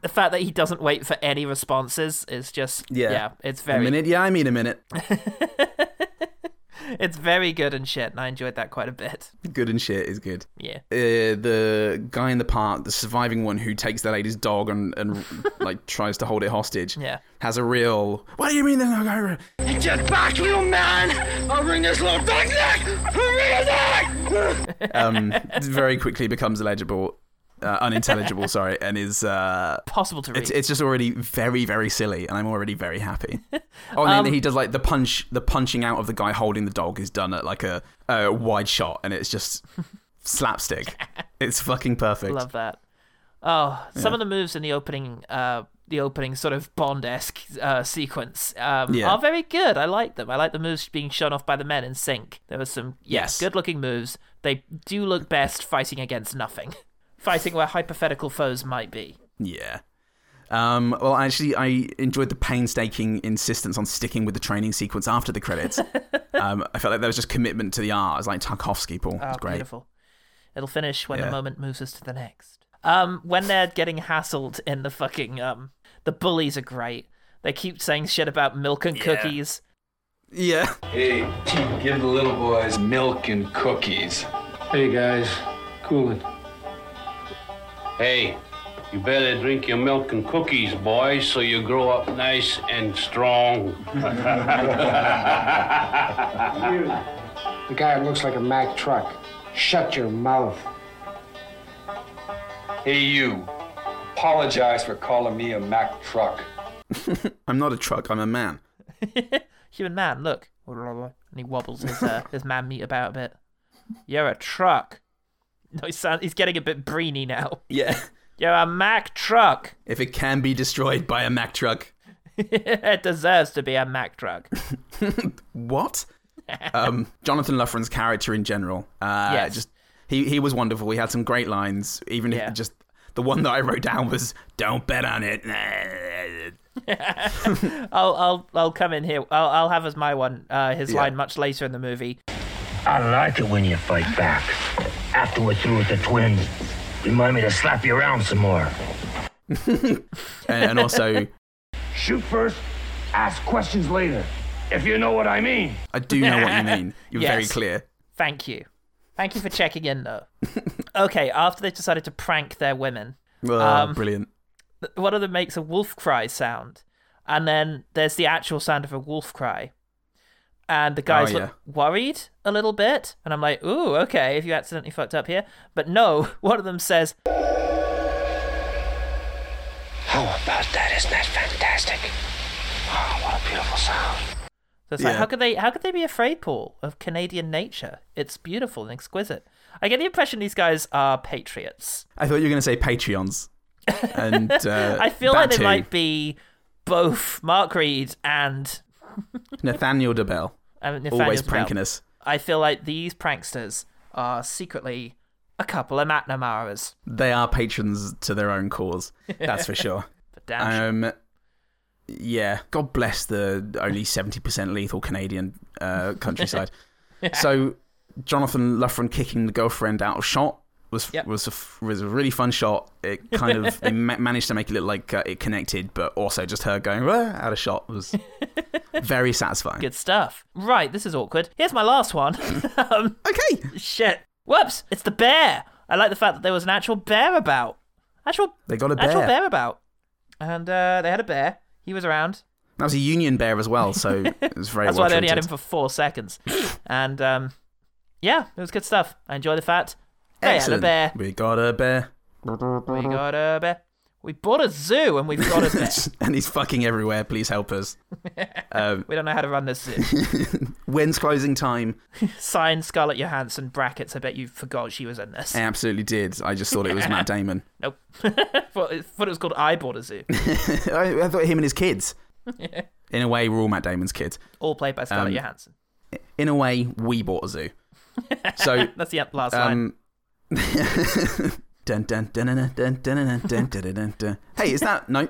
[SPEAKER 1] the fact that he doesn't wait for any responses is just,
[SPEAKER 2] Yeah.
[SPEAKER 1] yeah, it's very,
[SPEAKER 2] A minute? Yeah, I mean a minute.
[SPEAKER 1] it's very good and shit. And I enjoyed that quite a bit.
[SPEAKER 2] good and shit is good.
[SPEAKER 1] Yeah.
[SPEAKER 2] Uh, the guy in the park, the surviving one who takes the lady's dog and, and like tries to hold it hostage,
[SPEAKER 1] Yeah.
[SPEAKER 2] has a real. What do you mean there's no guy?
[SPEAKER 4] Get back, little man! I'll bring this little back neck!
[SPEAKER 2] Um, very quickly becomes illegible, uh, unintelligible. sorry, and is uh,
[SPEAKER 1] Possible to read.
[SPEAKER 2] it's, it's just already very very silly, and I'm already very happy. Oh, and
[SPEAKER 1] Um,
[SPEAKER 2] then he does like the punch, the punching out of the guy holding the dog is done at like a, a wide shot, and it's just slapstick. It's fucking perfect.
[SPEAKER 1] Love that. Oh, some of the moves in the opening, uh, the opening sort of Bond esque uh, sequence um,
[SPEAKER 2] Yeah.
[SPEAKER 1] are very good. I like them. I like the moves being shown off by the men in sync. There was some
[SPEAKER 2] Yes.
[SPEAKER 1] yes, good looking moves. They do look best fighting against nothing, fighting where hypothetical foes might be.
[SPEAKER 2] Yeah. Um, well, actually, I enjoyed the painstaking insistence on sticking with the training sequence after the credits. um, I felt like there was just commitment to the art. It was like Tarkovsky, Paul. It
[SPEAKER 1] Oh,
[SPEAKER 2] was great.
[SPEAKER 1] beautiful. It'll finish when
[SPEAKER 2] Yeah.
[SPEAKER 1] the moment moves us to the next. Um, when they're getting hassled in the fucking um, the bullies are great. They keep saying shit about milk and cookies.
[SPEAKER 2] Yeah.
[SPEAKER 9] Hey, give the little boys milk and cookies.
[SPEAKER 8] Hey guys, cool it.
[SPEAKER 9] Hey, you better drink your milk and cookies, boys, so you grow up nice and strong.
[SPEAKER 8] The guy looks like a Mack truck. Shut your mouth.
[SPEAKER 6] Hey, you. Apologize for calling me a Mack truck.
[SPEAKER 2] I'm not a truck. I'm a man.
[SPEAKER 1] human man, look. And he wobbles his, uh, his man meat about a bit. You're a truck. No, he sound, he's getting a bit breeny now.
[SPEAKER 2] Yeah.
[SPEAKER 1] You're a Mack truck.
[SPEAKER 2] If it can be destroyed by a Mack truck,
[SPEAKER 1] it deserves to be a Mack truck.
[SPEAKER 2] what? um, Jonathan Lufferan's character in general. Uh,
[SPEAKER 1] Yes.
[SPEAKER 2] Just he he was wonderful. He had some great lines. Even
[SPEAKER 1] Yeah.
[SPEAKER 2] if just the one that I wrote down was "Don't bet on it."
[SPEAKER 1] I'll I'll I'll come in here. I'll I'll have as my one. Uh, his
[SPEAKER 2] Yeah.
[SPEAKER 1] line much later in the movie.
[SPEAKER 9] I like it when you fight back. After we're through with the twins, remind me to slap you around some more.
[SPEAKER 2] and and also.
[SPEAKER 9] Shoot first, ask questions later. If you know what I mean.
[SPEAKER 2] I do know what you mean. You're very
[SPEAKER 1] Yes.
[SPEAKER 2] clear.
[SPEAKER 1] Thank you, thank you for checking in though. okay, after they decided to prank their women,
[SPEAKER 2] Oh,
[SPEAKER 1] Um,
[SPEAKER 2] brilliant.
[SPEAKER 1] th- one of them makes a wolf cry sound, and then there's the actual sound of a wolf cry, and the guys
[SPEAKER 2] Oh,
[SPEAKER 1] look worried a little bit, and I'm like, ooh, okay, if you accidentally fucked up here, but no, one of them says,
[SPEAKER 9] How about that? Isn't that fantastic? Oh, what a beautiful sound.
[SPEAKER 1] so it's like,
[SPEAKER 2] Yeah.
[SPEAKER 1] how could they, how could they be afraid, Paul, of Canadian nature? It's beautiful and exquisite. I get the impression these guys are patriots.
[SPEAKER 2] I thought you were going to say Patreons. And uh,
[SPEAKER 1] I feel like they
[SPEAKER 2] Batu,
[SPEAKER 1] might be both Mark Reed and
[SPEAKER 2] Nathaniel DeBell,
[SPEAKER 1] um,
[SPEAKER 2] always pranking us.
[SPEAKER 1] I feel like these pranksters are secretly a couple of McNamara's.
[SPEAKER 2] They are patrons to their own cause. That's for sure.
[SPEAKER 1] But damn,
[SPEAKER 2] Um, yeah. God bless the only seventy percent lethal Canadian uh, countryside. So Jonathan Lufferin kicking the girlfriend out of shot was
[SPEAKER 1] Yep.
[SPEAKER 2] was a, f- was a really fun shot. It kind of they ma- managed to make it look like uh, it connected, but also just her going "Wah," out of shot was very satisfying.
[SPEAKER 1] good stuff. Right, this is awkward. Here's my last one. um,
[SPEAKER 2] Okay.
[SPEAKER 1] shit. Whoops, it's the bear. I like the fact that there was an actual bear about. Actual,
[SPEAKER 2] They got a
[SPEAKER 1] actual
[SPEAKER 2] bear.
[SPEAKER 1] bear about. And uh, they had a bear. He was around.
[SPEAKER 2] That was a union bear as well, so it was very.
[SPEAKER 1] That's
[SPEAKER 2] well
[SPEAKER 1] why they only had him
[SPEAKER 2] treated.
[SPEAKER 1] for four seconds. and um, yeah, it was good stuff. I enjoy the fact. They had a Oh, bear.
[SPEAKER 2] We got a bear.
[SPEAKER 1] We got a bear. We bought a zoo and we've got a vet.
[SPEAKER 2] and he's fucking everywhere. Please help us.
[SPEAKER 1] we don't know how to run this zoo.
[SPEAKER 2] When's closing time?
[SPEAKER 1] Signed Scarlett Johansson brackets. I bet you forgot she was in this.
[SPEAKER 2] I absolutely did. I just thought it was Matt Damon.
[SPEAKER 1] Nope. thought, it, thought it was called I Bought a Zoo.
[SPEAKER 2] I, I thought him and his kids. In a way, we're all Matt Damon's kids.
[SPEAKER 1] All played by
[SPEAKER 2] Um,
[SPEAKER 1] Scarlett Johansson.
[SPEAKER 2] In a way, we bought a zoo. So
[SPEAKER 1] That's the last line.
[SPEAKER 2] Um, dun, dun, dun, dun, dun, dun, dun, dun, dun, dun, dun. Hey, is that no?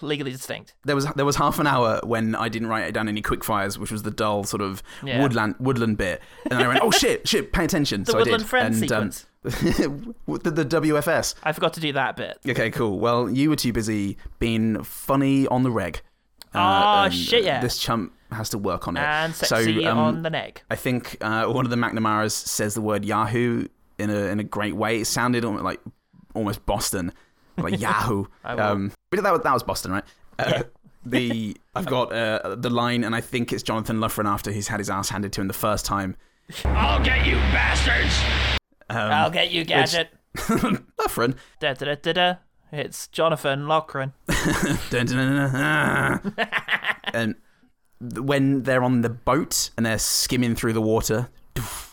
[SPEAKER 1] Legally distinct.
[SPEAKER 2] There was there was half an hour when I didn't write it down any quick fires, which was the dull sort of
[SPEAKER 1] Yeah.
[SPEAKER 2] woodland woodland bit, and I went, oh shit, shit, pay attention.
[SPEAKER 1] The
[SPEAKER 2] so
[SPEAKER 1] Woodland
[SPEAKER 2] I
[SPEAKER 1] Friends
[SPEAKER 2] did.
[SPEAKER 1] sequence.
[SPEAKER 2] Um, the, the WFS.
[SPEAKER 1] I forgot to do that bit.
[SPEAKER 2] Okay, cool. Well, you were too busy being funny on the reg. Uh,
[SPEAKER 1] Ah,
[SPEAKER 2] and
[SPEAKER 1] shit, yeah.
[SPEAKER 2] This chump has to work on it.
[SPEAKER 1] And sexy
[SPEAKER 2] so, um,
[SPEAKER 1] on the neck.
[SPEAKER 2] I think uh, one of the McNamara's says the word Yahoo in a in a great way. It sounded almost like almost Boston, like Yahoo.
[SPEAKER 1] I will.
[SPEAKER 2] Um, but that was, that was Boston, right? Uh, the I've got uh, the line, and I think it's Jonathan Lufrin after he's had his ass handed to him the first time. Um,
[SPEAKER 3] I'll get you bastards!
[SPEAKER 1] I'll get you, Gadget.
[SPEAKER 2] Lufrin.
[SPEAKER 1] Da, da, da, da, da. It's Jonathan Lochran.
[SPEAKER 2] Dun, dun, dun, dun, dun, ah. and th- when they're on the boat and they're skimming through the water, doof,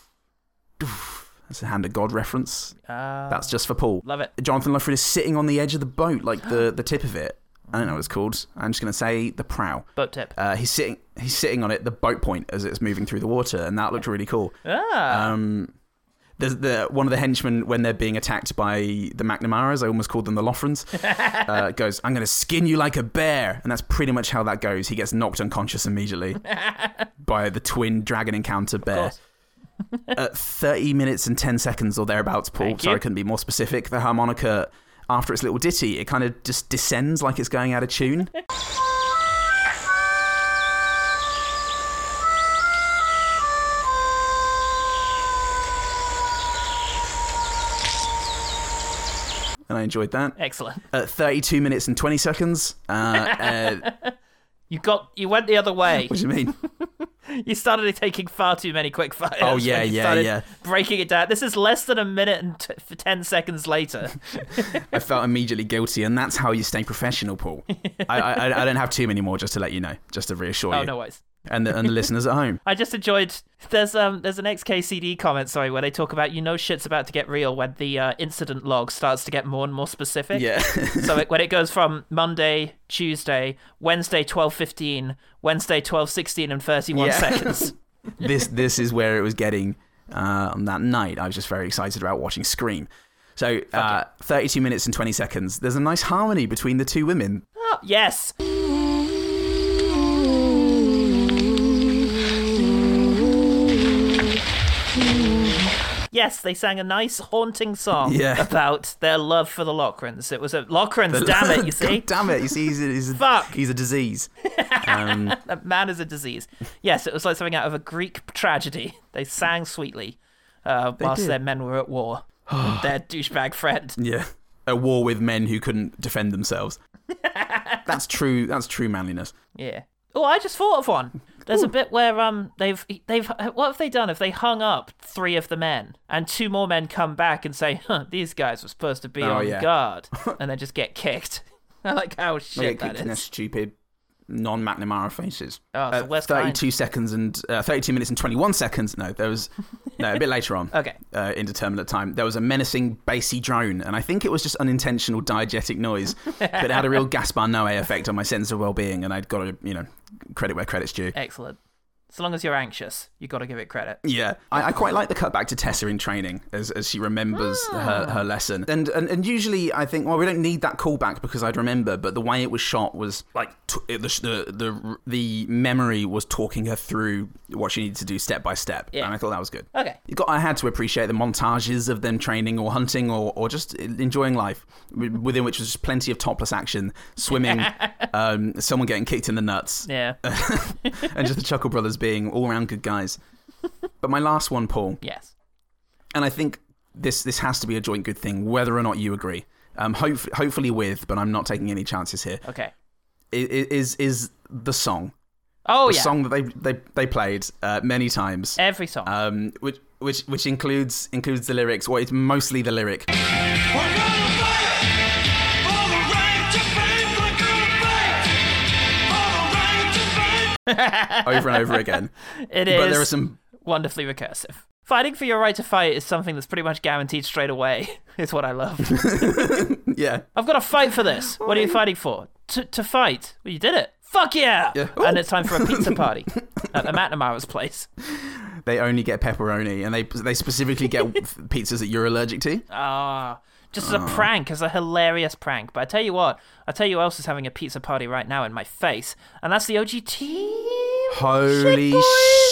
[SPEAKER 2] doof. that's a hand of God reference. that's just for Paul.
[SPEAKER 1] Love it.
[SPEAKER 2] Jonathan Lefford is sitting on the edge of the boat, like the, the tip of it. I don't know what it's called. I'm just going to say the prow.
[SPEAKER 1] Boat tip.
[SPEAKER 2] Uh, he's sitting he's sitting on it, the boat point, as it's moving through the water, and that looked really cool.
[SPEAKER 1] Ah.
[SPEAKER 2] Um, there's the one of the henchmen when they're being attacked by the McNamara's. I almost called them the Lofrans. uh, goes, "I'm going to skin you like a bear," and that's pretty much how that goes. He gets knocked unconscious immediately by the twin dragon encounter bear.
[SPEAKER 1] course.
[SPEAKER 2] At 30 minutes and 10 seconds or thereabouts, Paul.
[SPEAKER 1] Thank
[SPEAKER 2] sorry,
[SPEAKER 1] you.
[SPEAKER 2] I couldn't be more specific. The harmonica, after its little ditty, it kind of just descends like it's going out of tune. and I enjoyed that.
[SPEAKER 1] Excellent.
[SPEAKER 2] At 32 minutes and 20 seconds, uh, uh,
[SPEAKER 1] You got. You went the other way.
[SPEAKER 2] what do you mean?
[SPEAKER 1] You started taking far too many quick fires.
[SPEAKER 2] Oh, yeah,
[SPEAKER 1] when you
[SPEAKER 2] yeah,
[SPEAKER 1] started
[SPEAKER 2] yeah.
[SPEAKER 1] Breaking it down. This is less than a minute and t- f- ten seconds later.
[SPEAKER 2] I felt immediately guilty, and that's how you stay professional, Paul. I, I, I don't have too many more, just to let you know, just to reassure
[SPEAKER 1] oh
[SPEAKER 2] you,
[SPEAKER 1] no worries.
[SPEAKER 2] and the, and the listeners at home.
[SPEAKER 1] I just enjoyed. There's um there's an XKCD comment sorry where they talk about you know shit's about to get real when the uh, incident log starts to get more and more specific.
[SPEAKER 2] Yeah,
[SPEAKER 1] so it, when it goes from Monday, Tuesday, Wednesday, twelve fifteen, Wednesday, twelve sixteen, and thirty one
[SPEAKER 2] Yeah.
[SPEAKER 1] seconds.
[SPEAKER 2] this this is where it was getting uh, on that night. I was just very excited about watching Scream. So, uh, 32 minutes and 20 seconds. There's a nice harmony between the two women.
[SPEAKER 1] Oh, yes. Yes, they sang a nice haunting song
[SPEAKER 2] Yeah.
[SPEAKER 1] about their love for the Lochrans. It was a Lochrans, damn it, you see.
[SPEAKER 2] God damn it! You see, he's a, he's a,
[SPEAKER 1] Fuck.
[SPEAKER 2] He's a disease.
[SPEAKER 1] That man is a disease. Yes, it was like something out of a Greek tragedy. They sang sweetly uh, whilst
[SPEAKER 2] did.
[SPEAKER 1] their men were at war. with their douchebag friend.
[SPEAKER 2] Yeah, at war with men who couldn't defend themselves. that's true. That's true manliness.
[SPEAKER 1] Yeah. Oh, I just thought of one. There's a bit where um they've they've what have they done? Have they hung up three of the men and two more men come back and say, huh, "These guys were supposed to be on
[SPEAKER 2] Oh, yeah.
[SPEAKER 1] guard," and then just get kicked. I like how
[SPEAKER 2] They
[SPEAKER 1] shit
[SPEAKER 2] get kicked
[SPEAKER 1] that
[SPEAKER 2] in their
[SPEAKER 1] is.
[SPEAKER 2] stupid non McNamara faces.
[SPEAKER 1] Oh, it's the worst
[SPEAKER 2] 32 seconds and uh, 32 minutes and 21 seconds. No, there was no a bit later on.
[SPEAKER 1] Okay.
[SPEAKER 2] uh, indeterminate time. There was a menacing bassy drone, and I think it was just unintentional diegetic noise, but it had a real Gaspar Noé effect on my sense of well-being, and I'd got to you know credit where credit's due.
[SPEAKER 1] Excellent. So long as you're anxious, you got to give it credit.
[SPEAKER 2] Yeah, I, I quite like the cutback to Tessa in training as, as she remembers
[SPEAKER 1] Ah.
[SPEAKER 2] her, her lesson. And, and and usually I think, well, we don't need that callback because I'd remember. But the way it was shot was like t- it, the, the the the memory was talking her through what she needed to do step by step,
[SPEAKER 1] Yeah.
[SPEAKER 2] and I thought that was good.
[SPEAKER 1] Okay.
[SPEAKER 2] You got, I had to appreciate the montages of them training or hunting or, or just enjoying life, w- within which was just plenty of topless action, swimming, um, someone getting kicked in the nuts,
[SPEAKER 1] Yeah.
[SPEAKER 2] and just the Chuckle Brothers being all round good guys. But my last one, Paul,
[SPEAKER 1] yes.
[SPEAKER 2] and I think this this has to be a joint good thing, whether or not you agree. Um, hope, hopefully with, but I'm not taking any chances here.
[SPEAKER 1] Okay.
[SPEAKER 2] i- i- Is is the song
[SPEAKER 1] Oh
[SPEAKER 2] the
[SPEAKER 1] yeah. Eh.
[SPEAKER 2] song that they they they played uh, many times,
[SPEAKER 1] Every song.
[SPEAKER 2] um, which which which includes includes the lyrics, or it's mostly the lyric.
[SPEAKER 3] We're gonna fight!
[SPEAKER 2] over and over again.
[SPEAKER 1] It is
[SPEAKER 2] But there are some
[SPEAKER 1] wonderfully recursive. Fighting for your right to fight is something that's pretty much guaranteed straight away. Is what I love.
[SPEAKER 2] yeah.
[SPEAKER 1] I've got to fight for this. What are you fighting for? To to fight. Well, you did it. Fuck yeah!
[SPEAKER 2] Yeah.
[SPEAKER 1] And it's time for a pizza party at the McNamara's place.
[SPEAKER 2] They only get pepperoni, and they they specifically get pizzas that you're allergic to.
[SPEAKER 1] Just
[SPEAKER 2] Ah.
[SPEAKER 1] as a prank, as a hilarious prank. But I tell you what, I tell you who else is having a pizza party right now in my face, and that's the OGT.
[SPEAKER 2] Holy
[SPEAKER 1] boys.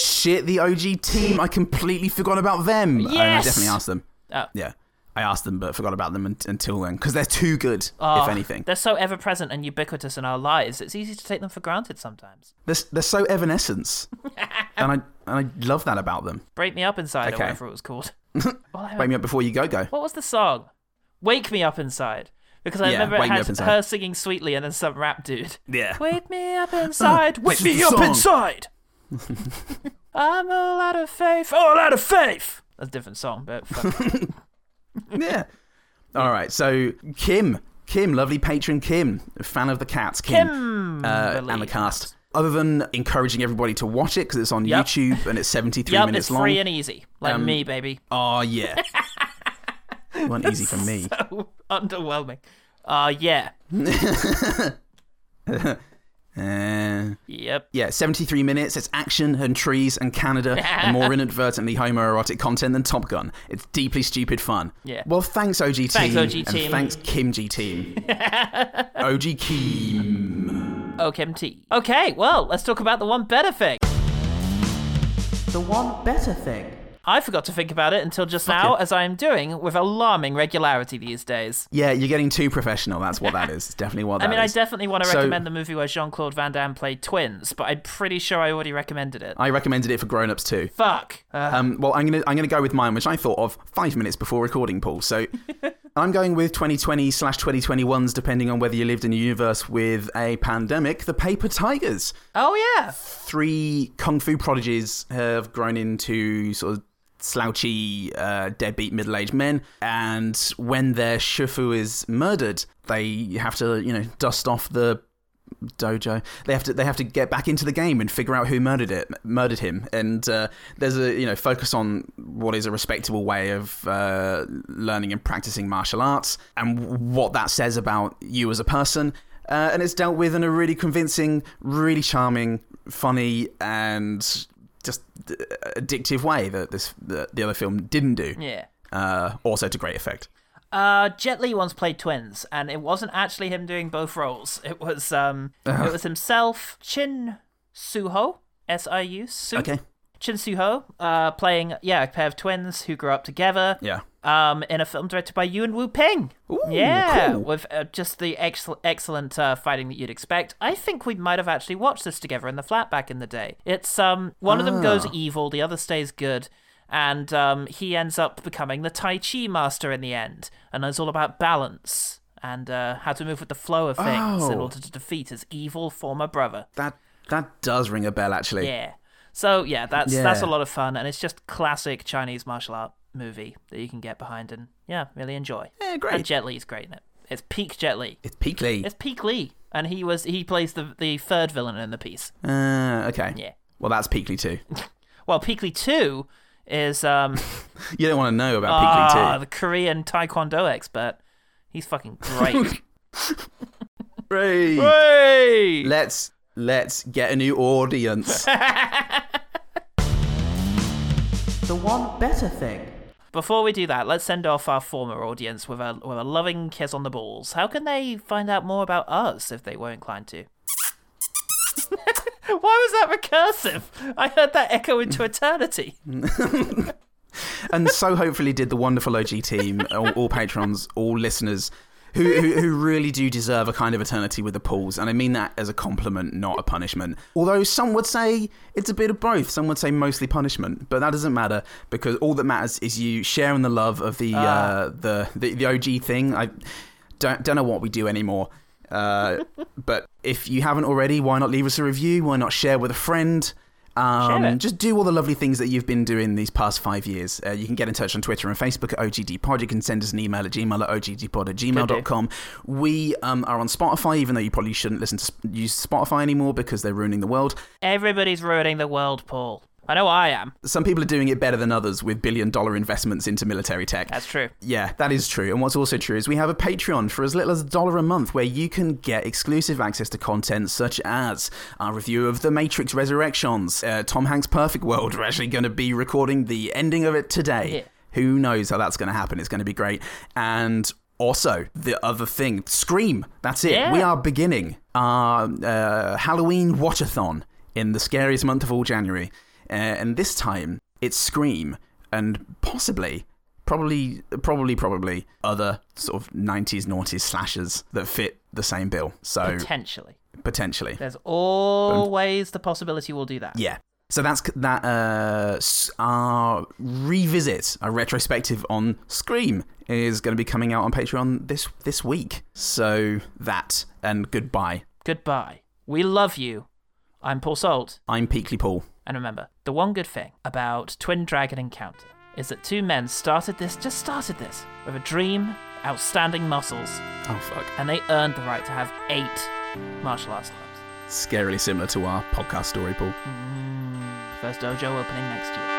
[SPEAKER 2] shit, the OG team! I completely forgot about them. And I
[SPEAKER 1] Yes.
[SPEAKER 2] definitely asked them.
[SPEAKER 1] Oh.
[SPEAKER 2] Yeah, I asked them, but forgot about them un- until then because they're too good.
[SPEAKER 1] Ah,
[SPEAKER 2] if anything,
[SPEAKER 1] They're so ever present and ubiquitous in our lives, it's easy to take them for granted sometimes.
[SPEAKER 2] they're, s- they're so evanescence, and I and I love that about them.
[SPEAKER 1] Break Me Up Inside,
[SPEAKER 2] Okay.
[SPEAKER 1] or whatever it was called. Well, I-
[SPEAKER 2] Wake me up before you go go.
[SPEAKER 1] what was the song? Wake Me Up Inside. Because I
[SPEAKER 2] Yeah,
[SPEAKER 1] remember it
[SPEAKER 2] Wake Me
[SPEAKER 1] had
[SPEAKER 2] Up Inside.
[SPEAKER 1] her singing sweetly and then some rap dude.
[SPEAKER 2] Yeah.
[SPEAKER 1] Wake me up inside. Wake
[SPEAKER 2] is
[SPEAKER 1] me
[SPEAKER 2] the
[SPEAKER 1] up
[SPEAKER 2] song.
[SPEAKER 1] inside. I'm all out of faith. All out of faith. That's a different song, but fuck.
[SPEAKER 2] yeah. All right. So Kim, Kim, lovely patron Kim, a fan of the cats, Kim, uh, and the cast. Other than encouraging everybody to watch it because it's on
[SPEAKER 1] Yep.
[SPEAKER 2] YouTube and it's 73
[SPEAKER 1] yup,
[SPEAKER 2] minutes
[SPEAKER 1] it's
[SPEAKER 2] long. Um,
[SPEAKER 1] free and easy. Like me, baby.
[SPEAKER 2] oh yeah. Wasn't easy for me.
[SPEAKER 1] Underwhelming. Uh, yeah.
[SPEAKER 2] Uh,
[SPEAKER 1] Yep.
[SPEAKER 2] yeah, 73 minutes. It's action and trees and Canada and more inadvertently homoerotic content than Top Gun. It's deeply stupid fun.
[SPEAKER 1] Yeah.
[SPEAKER 2] Well, thanks OG team.
[SPEAKER 1] Thanks, OG
[SPEAKER 2] and
[SPEAKER 1] team.
[SPEAKER 2] Thanks Kim G team. OG Kim.
[SPEAKER 1] OKMT. Okay, well, let's talk about the one better thing.
[SPEAKER 10] The one better thing.
[SPEAKER 1] I forgot to think about it until just now, as I am doing with alarming regularity these days.
[SPEAKER 2] Yeah, you're getting too professional. That's what that is. It's definitely what that
[SPEAKER 1] I
[SPEAKER 2] is.
[SPEAKER 1] mean, I definitely want to
[SPEAKER 2] So-
[SPEAKER 1] recommend the movie where Jean Claude Van Damme played twins, but I'm pretty sure I already recommended it.
[SPEAKER 2] I recommended it for grown-ups too.
[SPEAKER 1] Fuck. Uh,
[SPEAKER 2] Um, well, I'm gonna I'm gonna go with mine, which I thought of five minutes before recording, Paul. So I'm going with 2020 slash 2021s, depending on whether you lived in a universe with a pandemic. The Paper Tigers.
[SPEAKER 1] oh, yeah.
[SPEAKER 2] Three kung fu prodigies have grown into sort of slouchy, uh, deadbeat middle-aged men, and when their shifu is murdered, they have to you know dust off the dojo. They have to they have to get back into the game and figure out who murdered it, murdered him. And uh, there's a you know focus on what is a respectable way of uh, learning and practicing martial arts, and what that says about you as a person. Uh, and it's dealt with in a really convincing, really charming, funny, and just uh, addictive way that this that the other film didn't do.
[SPEAKER 1] Yeah.
[SPEAKER 2] Uh, also to great effect.
[SPEAKER 1] Uh, Jet Li once played twins, and it wasn't actually him doing both roles. It was um, it was himself, Chin Suho, S I U, Su-
[SPEAKER 2] Okay.
[SPEAKER 1] Chin Suho, uh, playing yeah a pair of twins who grew up together.
[SPEAKER 2] Yeah.
[SPEAKER 1] Um, in a film directed by Yuen Wu Ping.
[SPEAKER 2] Ooh,
[SPEAKER 1] yeah,
[SPEAKER 2] cool.
[SPEAKER 1] with uh, just the excel- excellent uh, fighting that you'd expect. I think we might have actually watched this together in the flat back in the day. It's um one of them goes
[SPEAKER 2] Ah.
[SPEAKER 1] evil, the other stays good, and um he ends up becoming the Tai Chi master in the end, and it's all about balance and uh, how to move with the flow of things in
[SPEAKER 2] Oh.
[SPEAKER 1] order to defeat his evil former brother.
[SPEAKER 2] That that does ring a bell, actually.
[SPEAKER 1] Yeah. So yeah, that's that's a
[SPEAKER 2] Yeah.
[SPEAKER 1] lot of fun, and it's just classic Chinese martial art movie that you can get behind and yeah, really enjoy.
[SPEAKER 2] Yeah, great.
[SPEAKER 1] And Jet Li's great in it. It's peak Jet Li.
[SPEAKER 2] It's Peak Lee.
[SPEAKER 1] It's peak Lee, and he was he plays the the third villain in the piece.
[SPEAKER 2] Uh, okay.
[SPEAKER 1] Yeah.
[SPEAKER 2] Well, that's Peakley too.
[SPEAKER 1] Well, Peak Lee two is um
[SPEAKER 2] You don't want to know about
[SPEAKER 1] ah
[SPEAKER 2] Peakley
[SPEAKER 1] the Korean Taekwondo expert. He's fucking great.
[SPEAKER 2] too. Ray.
[SPEAKER 1] Hey!
[SPEAKER 2] Let's let's get a new audience.
[SPEAKER 10] The one better thing.
[SPEAKER 1] Before we do that, let's send off our former audience with a with a loving kiss on the balls. How can they find out more about us if they were inclined to? Why was that recursive? I heard that echo into eternity.
[SPEAKER 2] and so hopefully did the wonderful OG team, all, all patrons, all listeners. Who, who, who really do deserve a kind of eternity with the pools, and I mean that as a compliment, not a punishment. Although some would say it's a bit of both. Some would say mostly punishment, but that doesn't matter because all that matters is you sharing the love of
[SPEAKER 1] Ah.
[SPEAKER 2] the uh, the, the the OG thing. I don't don't know what we do anymore, uh, but if you haven't already, why not leave us a review? Why not share with a friend? Um,
[SPEAKER 1] Share it.
[SPEAKER 2] Just do all the lovely things that you've been doing these past five years. Uh, you can get in touch on Twitter and Facebook at OGDpod. You can send us an email at gmail at ogdpod at gmail.com. We um, are on Spotify, even though you probably shouldn't listen to sp- use Spotify anymore because they're ruining the world.
[SPEAKER 1] Everybody's ruining the world, Paul. I know I am.
[SPEAKER 2] Some people are doing it better than others with billion dollar investments into military tech.
[SPEAKER 1] That's true.
[SPEAKER 2] Yeah, that is true. And what's also true is we have a Patreon for as little as a dollar a month where you can get exclusive access to content such as our review of The Matrix Resurrections, uh, Tom Hanks' Perfect World. We're actually going to be recording the ending of it today.
[SPEAKER 1] Yeah.
[SPEAKER 2] Who knows how that's going to happen? It's going to be great. And also, the other thing Scream. That's it.
[SPEAKER 1] Yeah.
[SPEAKER 2] We are beginning our uh, Halloween watchathon in the scariest month of all January. Uh, and this time, it's Scream and possibly probably probably probably other sort of 90s naughties slashers that fit the same bill so
[SPEAKER 1] Potentially.
[SPEAKER 2] potentially
[SPEAKER 1] There's always the possibility we'll do that.
[SPEAKER 2] yeah so that's c- that uh s- our revisit our retrospective on scream is going to be coming out on patreon this this week so that and goodbye
[SPEAKER 1] Goodbye. We love you. I'm Paul Salt.
[SPEAKER 2] i'm peakley paul
[SPEAKER 1] And remember, the one good thing about Twin Dragon Encounter is that two men started this, just started this, with a dream, outstanding muscles,
[SPEAKER 2] oh fuck
[SPEAKER 1] and they earned the right to have eight martial arts clubs.
[SPEAKER 2] scarily similar to our podcast story paul
[SPEAKER 1] First dojo opening next year.